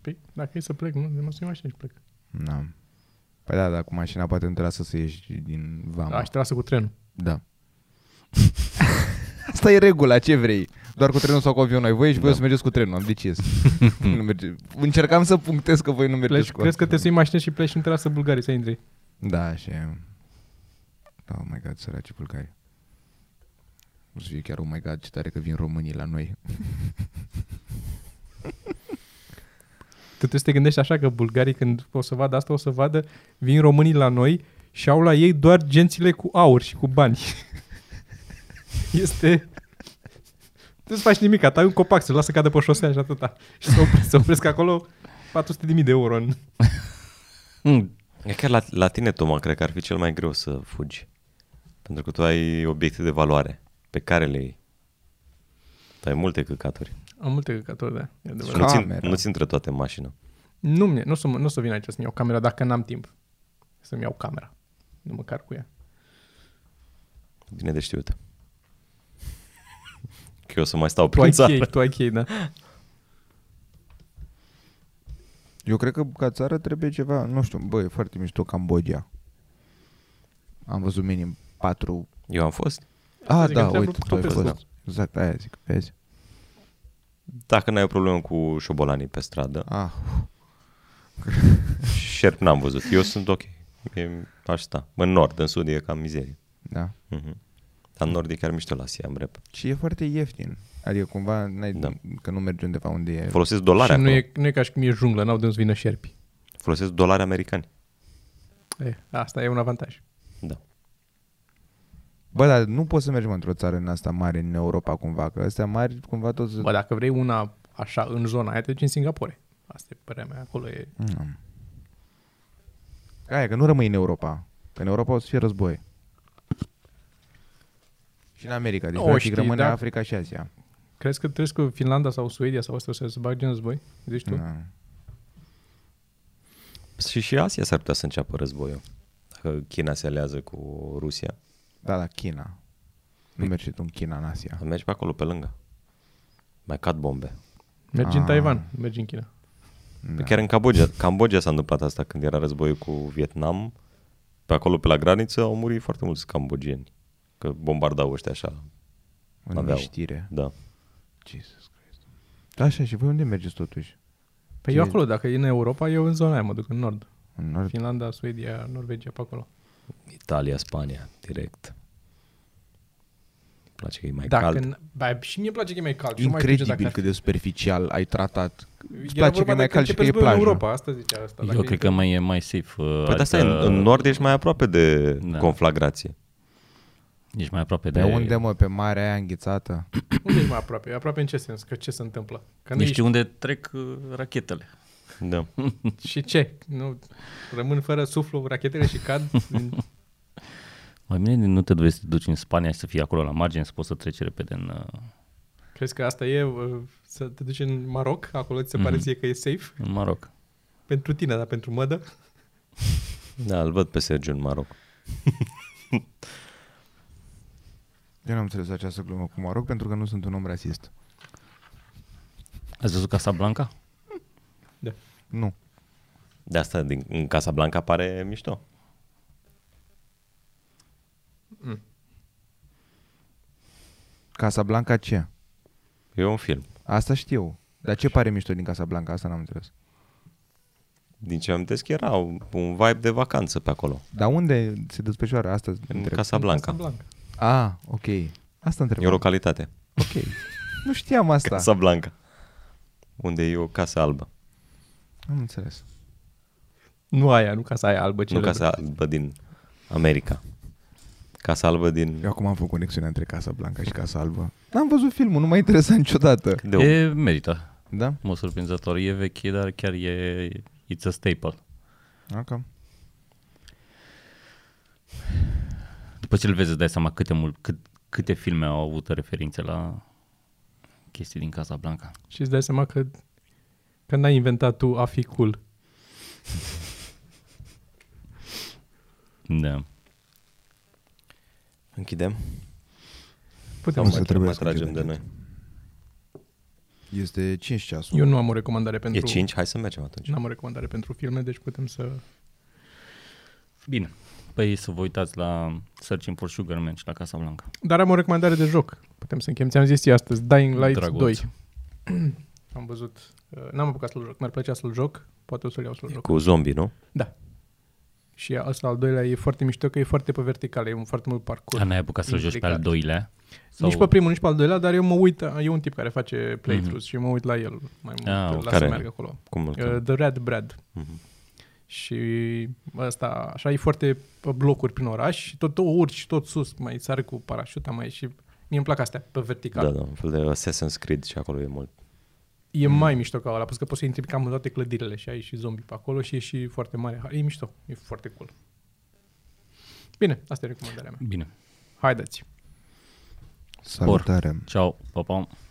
Speaker 5: Păi, dacă e să plec, nu, de mă să mașină și plec.
Speaker 4: Da. Păi da, dar cu mașina poate nu trebuie să ieși din vama.
Speaker 5: Aș trasă cu trenul.
Speaker 4: Da. Asta e regula, ce vrei? Doar cu trenul sau cu avionul ai voie și voi o să mergeți cu trenul, am decis. nu merge. Încercam să punctez că voi nu mergeți
Speaker 5: Pleci,
Speaker 4: cu
Speaker 5: crezi că te sui mașină și pleci în terasă Bulgarii să intri.
Speaker 4: Da, și... Oh my god, săraci bulgari. O să fie chiar, oh my god, ce tare că vin românii la noi.
Speaker 5: Tu trebuie să te gândești așa că bulgarii când o să vadă asta, o să vadă, vin românii la noi și au la ei doar gențile cu aur și cu bani. este... Nu ți faci nimic, tai un copac, să-l lasă să cadă pe șosea și atâta. Și să opresc, să opresc acolo 400.000 de euro. În...
Speaker 3: E chiar la, la tine, Toma, cred că ar fi cel mai greu să fugi. Pentru că tu ai obiecte de valoare pe care le iei. Tu ai multe căcaturi.
Speaker 5: Am multe căcători, da. E
Speaker 3: Și
Speaker 5: adevărat.
Speaker 3: nu țin,
Speaker 4: Camera.
Speaker 3: nu țin toate în mașină.
Speaker 5: Nu, mie- nu, o să, mă- nu o să vin aici să-mi iau camera dacă n-am timp. Să-mi iau camera. Nu măcar cu ea.
Speaker 3: Bine de știut. Că eu o să mai stau
Speaker 5: Tu ai
Speaker 3: prin
Speaker 5: chei,
Speaker 3: țară.
Speaker 5: tu ai chei, da.
Speaker 4: Eu cred că ca țară trebuie ceva, nu știu, bă, e foarte mișto Cambodgia. Am văzut minim patru...
Speaker 3: Eu am fost.
Speaker 4: Ah,
Speaker 5: zic,
Speaker 4: da,
Speaker 5: întreabă
Speaker 4: uite, tu ai
Speaker 5: pe
Speaker 4: fost.
Speaker 3: ăsta.
Speaker 4: Exact, aia zic, vezi?
Speaker 3: Dacă n-ai o problemă cu șobolanii pe stradă,
Speaker 4: Ah,
Speaker 3: șerp n-am văzut. Eu sunt ok. E, aș sta. În nord, în sud e cam mizerie.
Speaker 4: da.
Speaker 3: Mhm. Dar în nord e chiar mișto la Siam Rep.
Speaker 4: Și e foarte ieftin. Adică cumva, n-ai,
Speaker 3: Da.
Speaker 4: că nu mergi undeva unde e...
Speaker 3: Folosesc dolari
Speaker 5: și
Speaker 3: acolo.
Speaker 5: nu e, nu e ca și cum e junglă, n-au de unde să vină șerpi.
Speaker 3: Folosesc dolari americani.
Speaker 5: E, asta e un avantaj.
Speaker 3: Da.
Speaker 4: Bă, dar nu poți să mergi mă, într-o țară în asta mare, în Europa, cumva, că astea mari, cumva, tot...
Speaker 5: Bă, dacă vrei una așa în zona aia, te duci în Singapore. Asta e părerea mea, acolo e...
Speaker 4: Mm. Aia, că nu rămâi în Europa. Că în Europa o să fie război. Și în America, deci
Speaker 5: O,
Speaker 4: practic
Speaker 5: știi,
Speaker 4: rămâne
Speaker 5: da.
Speaker 4: Africa și Asia.
Speaker 5: Crezi că trăiesc cu Finlanda sau Suedia sau asta o să se bag gen război? Zici tu?
Speaker 4: Da.
Speaker 3: Și și Asia s-ar putea să înceapă războiul. Dacă China se alează cu Rusia,
Speaker 4: da, da, China. Nu mergi și tu în China, în Asia.
Speaker 3: mergi pe acolo, pe lângă. Mai cad bombe.
Speaker 5: Mergi în
Speaker 4: Ah.
Speaker 5: Taiwan, mergi în China.
Speaker 3: Da. Chiar în Cambodgia, Cambodgia s-a întâmplat asta când era războiul cu Vietnam. Pe acolo, pe la graniță, au murit foarte mulți cambogieni. Că bombardau ăștia așa.
Speaker 4: În
Speaker 3: Aveau.
Speaker 4: miștire.
Speaker 3: Da.
Speaker 4: Jesus Christ. Da, așa, și voi unde mergeți totuși?
Speaker 5: Păi
Speaker 4: Ce-
Speaker 5: eu acolo, dacă e în Europa, eu în zona aia mă duc, în nord.
Speaker 4: În nord?
Speaker 5: Finlanda, Suedia, Norvegia, pe acolo.
Speaker 3: Italia, Spania, direct. Îmi place că e mai
Speaker 5: Dacă
Speaker 3: cald.
Speaker 5: n- ba, și mie îmi place că e mai cald. și nu mai știu ce
Speaker 4: Incredibil
Speaker 5: dacă-
Speaker 4: cât de superficial ai tratat. Îți
Speaker 5: Era
Speaker 4: place
Speaker 5: vorba
Speaker 4: că e mai
Speaker 5: dacă
Speaker 4: cald și că e
Speaker 5: începe războiul
Speaker 4: plajă.
Speaker 5: în Europa, asta zicea asta.
Speaker 2: Eu cred că mai e mai safe. uh,
Speaker 3: Păi de asta e, în, în nord ești mai aproape de
Speaker 2: Da.
Speaker 3: da. conflagrație.
Speaker 2: Ești mai aproape
Speaker 4: Pe
Speaker 2: de...
Speaker 4: unde, mă? Pe marea aia înghețată?
Speaker 5: Unde ești mai aproape? Aproape în ce sens? Că ce se întâmplă? Că nu
Speaker 2: Nu știu
Speaker 5: ești...
Speaker 2: unde trec uh, rachetele.
Speaker 3: Da.
Speaker 5: Și ce? Nu, rămân fără suflu, rachetele și cad. din-
Speaker 2: Mai bine nu te duci să te duci în Spania și să fii acolo la margine, să poți să treci repede în... uh,
Speaker 5: Crezi că asta e? uh, Să te duci în Maroc, acolo ți se pare ție că e safe?
Speaker 2: În Maroc.
Speaker 5: Pentru tine, dar pentru mădă?
Speaker 3: Da, îl văd pe Sergiu în Maroc.
Speaker 4: Eu n-am înțeles această glumă cu Maroc pentru că nu sunt un om rasist.
Speaker 2: Ați văzut Casablanca?
Speaker 5: Da.
Speaker 4: Nu.
Speaker 3: De asta din, în Casablanca pare mișto.
Speaker 4: Casablanca ce?
Speaker 3: E un film.
Speaker 4: Asta știu. Dar ce pare mișto din Casablanca? Asta n-am înțeles.
Speaker 3: Din ce amintesc era un un vibe de vacanță pe acolo.
Speaker 4: Dar unde se desfășoară asta?
Speaker 3: În
Speaker 4: întreb.
Speaker 3: Casablanca.
Speaker 5: Casablanca.
Speaker 4: Ah, ok. Asta întreb.
Speaker 3: E o localitate.
Speaker 4: Ok. Nu știam asta.
Speaker 3: Casablanca. Unde e o casă albă.
Speaker 4: Am înțeles.
Speaker 5: Nu aia, nu casa aia albă.
Speaker 3: Nu
Speaker 5: celebră.
Speaker 3: casa albă din America. Casa albă din...
Speaker 4: Eu acum am făcut conexiunea între Casablanca și Casa Albă. N-am văzut filmul, nu m-a interesat niciodată.
Speaker 3: De o...
Speaker 2: E merită.
Speaker 4: Da?
Speaker 2: Mă surprinzător. E veche, dar chiar e... It's a staple.
Speaker 4: Ok.
Speaker 2: După ce îl vezi, îți dai seama câte, mult, cât, câte filme au avut referințe la chestii din Casablanca.
Speaker 5: Și îți dai seama că, că n-ai inventat tu a fi cool.
Speaker 2: Da.
Speaker 3: Închidem?
Speaker 5: Putem
Speaker 3: Sau
Speaker 4: Nu
Speaker 5: să...
Speaker 4: se
Speaker 3: mai,
Speaker 4: trebuie
Speaker 3: mai
Speaker 4: să
Speaker 3: tragem de
Speaker 4: închidem. deci.
Speaker 3: noi?
Speaker 4: Este 5 ceasul.
Speaker 5: Eu nu am o recomandare
Speaker 3: E
Speaker 5: pentru...
Speaker 3: 5? Hai să mergem atunci.
Speaker 5: N-am o recomandare pentru filme, deci putem să...
Speaker 2: Bine. Păi să vă uitați la Searching for Sugar Man și la Casablanca.
Speaker 5: Dar am o recomandare de joc. Putem să încheiem. Ți-am zis eu astăzi, Dying Light
Speaker 2: Dragulț.
Speaker 5: 2. am văzut... uh, N-am apucat să-l joc. Mi-ar plăcea să-l joc. Poate o să-l iau să-l joc.
Speaker 3: Cu zombie, nu?
Speaker 5: Da. Și Și asta al doilea e foarte mișto că e foarte pe verticală, e un foarte mult parcurs.
Speaker 2: Dar n-ai apucat să-l joci pe al
Speaker 5: implicat.
Speaker 2: doilea?
Speaker 5: Nici pe primul, nici pe al doilea, dar eu mă uit, e un tip care face playthroughs mm-hmm. și mă uit la el mai mult,
Speaker 2: Ah,
Speaker 5: ah, la
Speaker 3: care?
Speaker 5: să meargă acolo.
Speaker 3: Cum îl
Speaker 5: Uh,
Speaker 4: da.
Speaker 3: cheamă?
Speaker 5: The Red Bread.
Speaker 3: Mhm.
Speaker 5: Și asta, așa, e foarte pe blocuri prin oraș și tot, tot urci, tot sus, mai sari cu parașuta, mai și... Mie îmi plac astea, pe vertical.
Speaker 3: Da, da, un fel de Assassin's Creed și acolo e mult.
Speaker 5: E mai mișto ca ăla, plus că poți să intri cam în toate clădirile și ai și zombi pe acolo și e și foarte mare. E mișto, e foarte cool. Bine, asta e recomandarea mea.
Speaker 2: Bine.
Speaker 5: Haideți!
Speaker 2: Spor.
Speaker 4: Salutare.
Speaker 2: Ciao, pa, pa.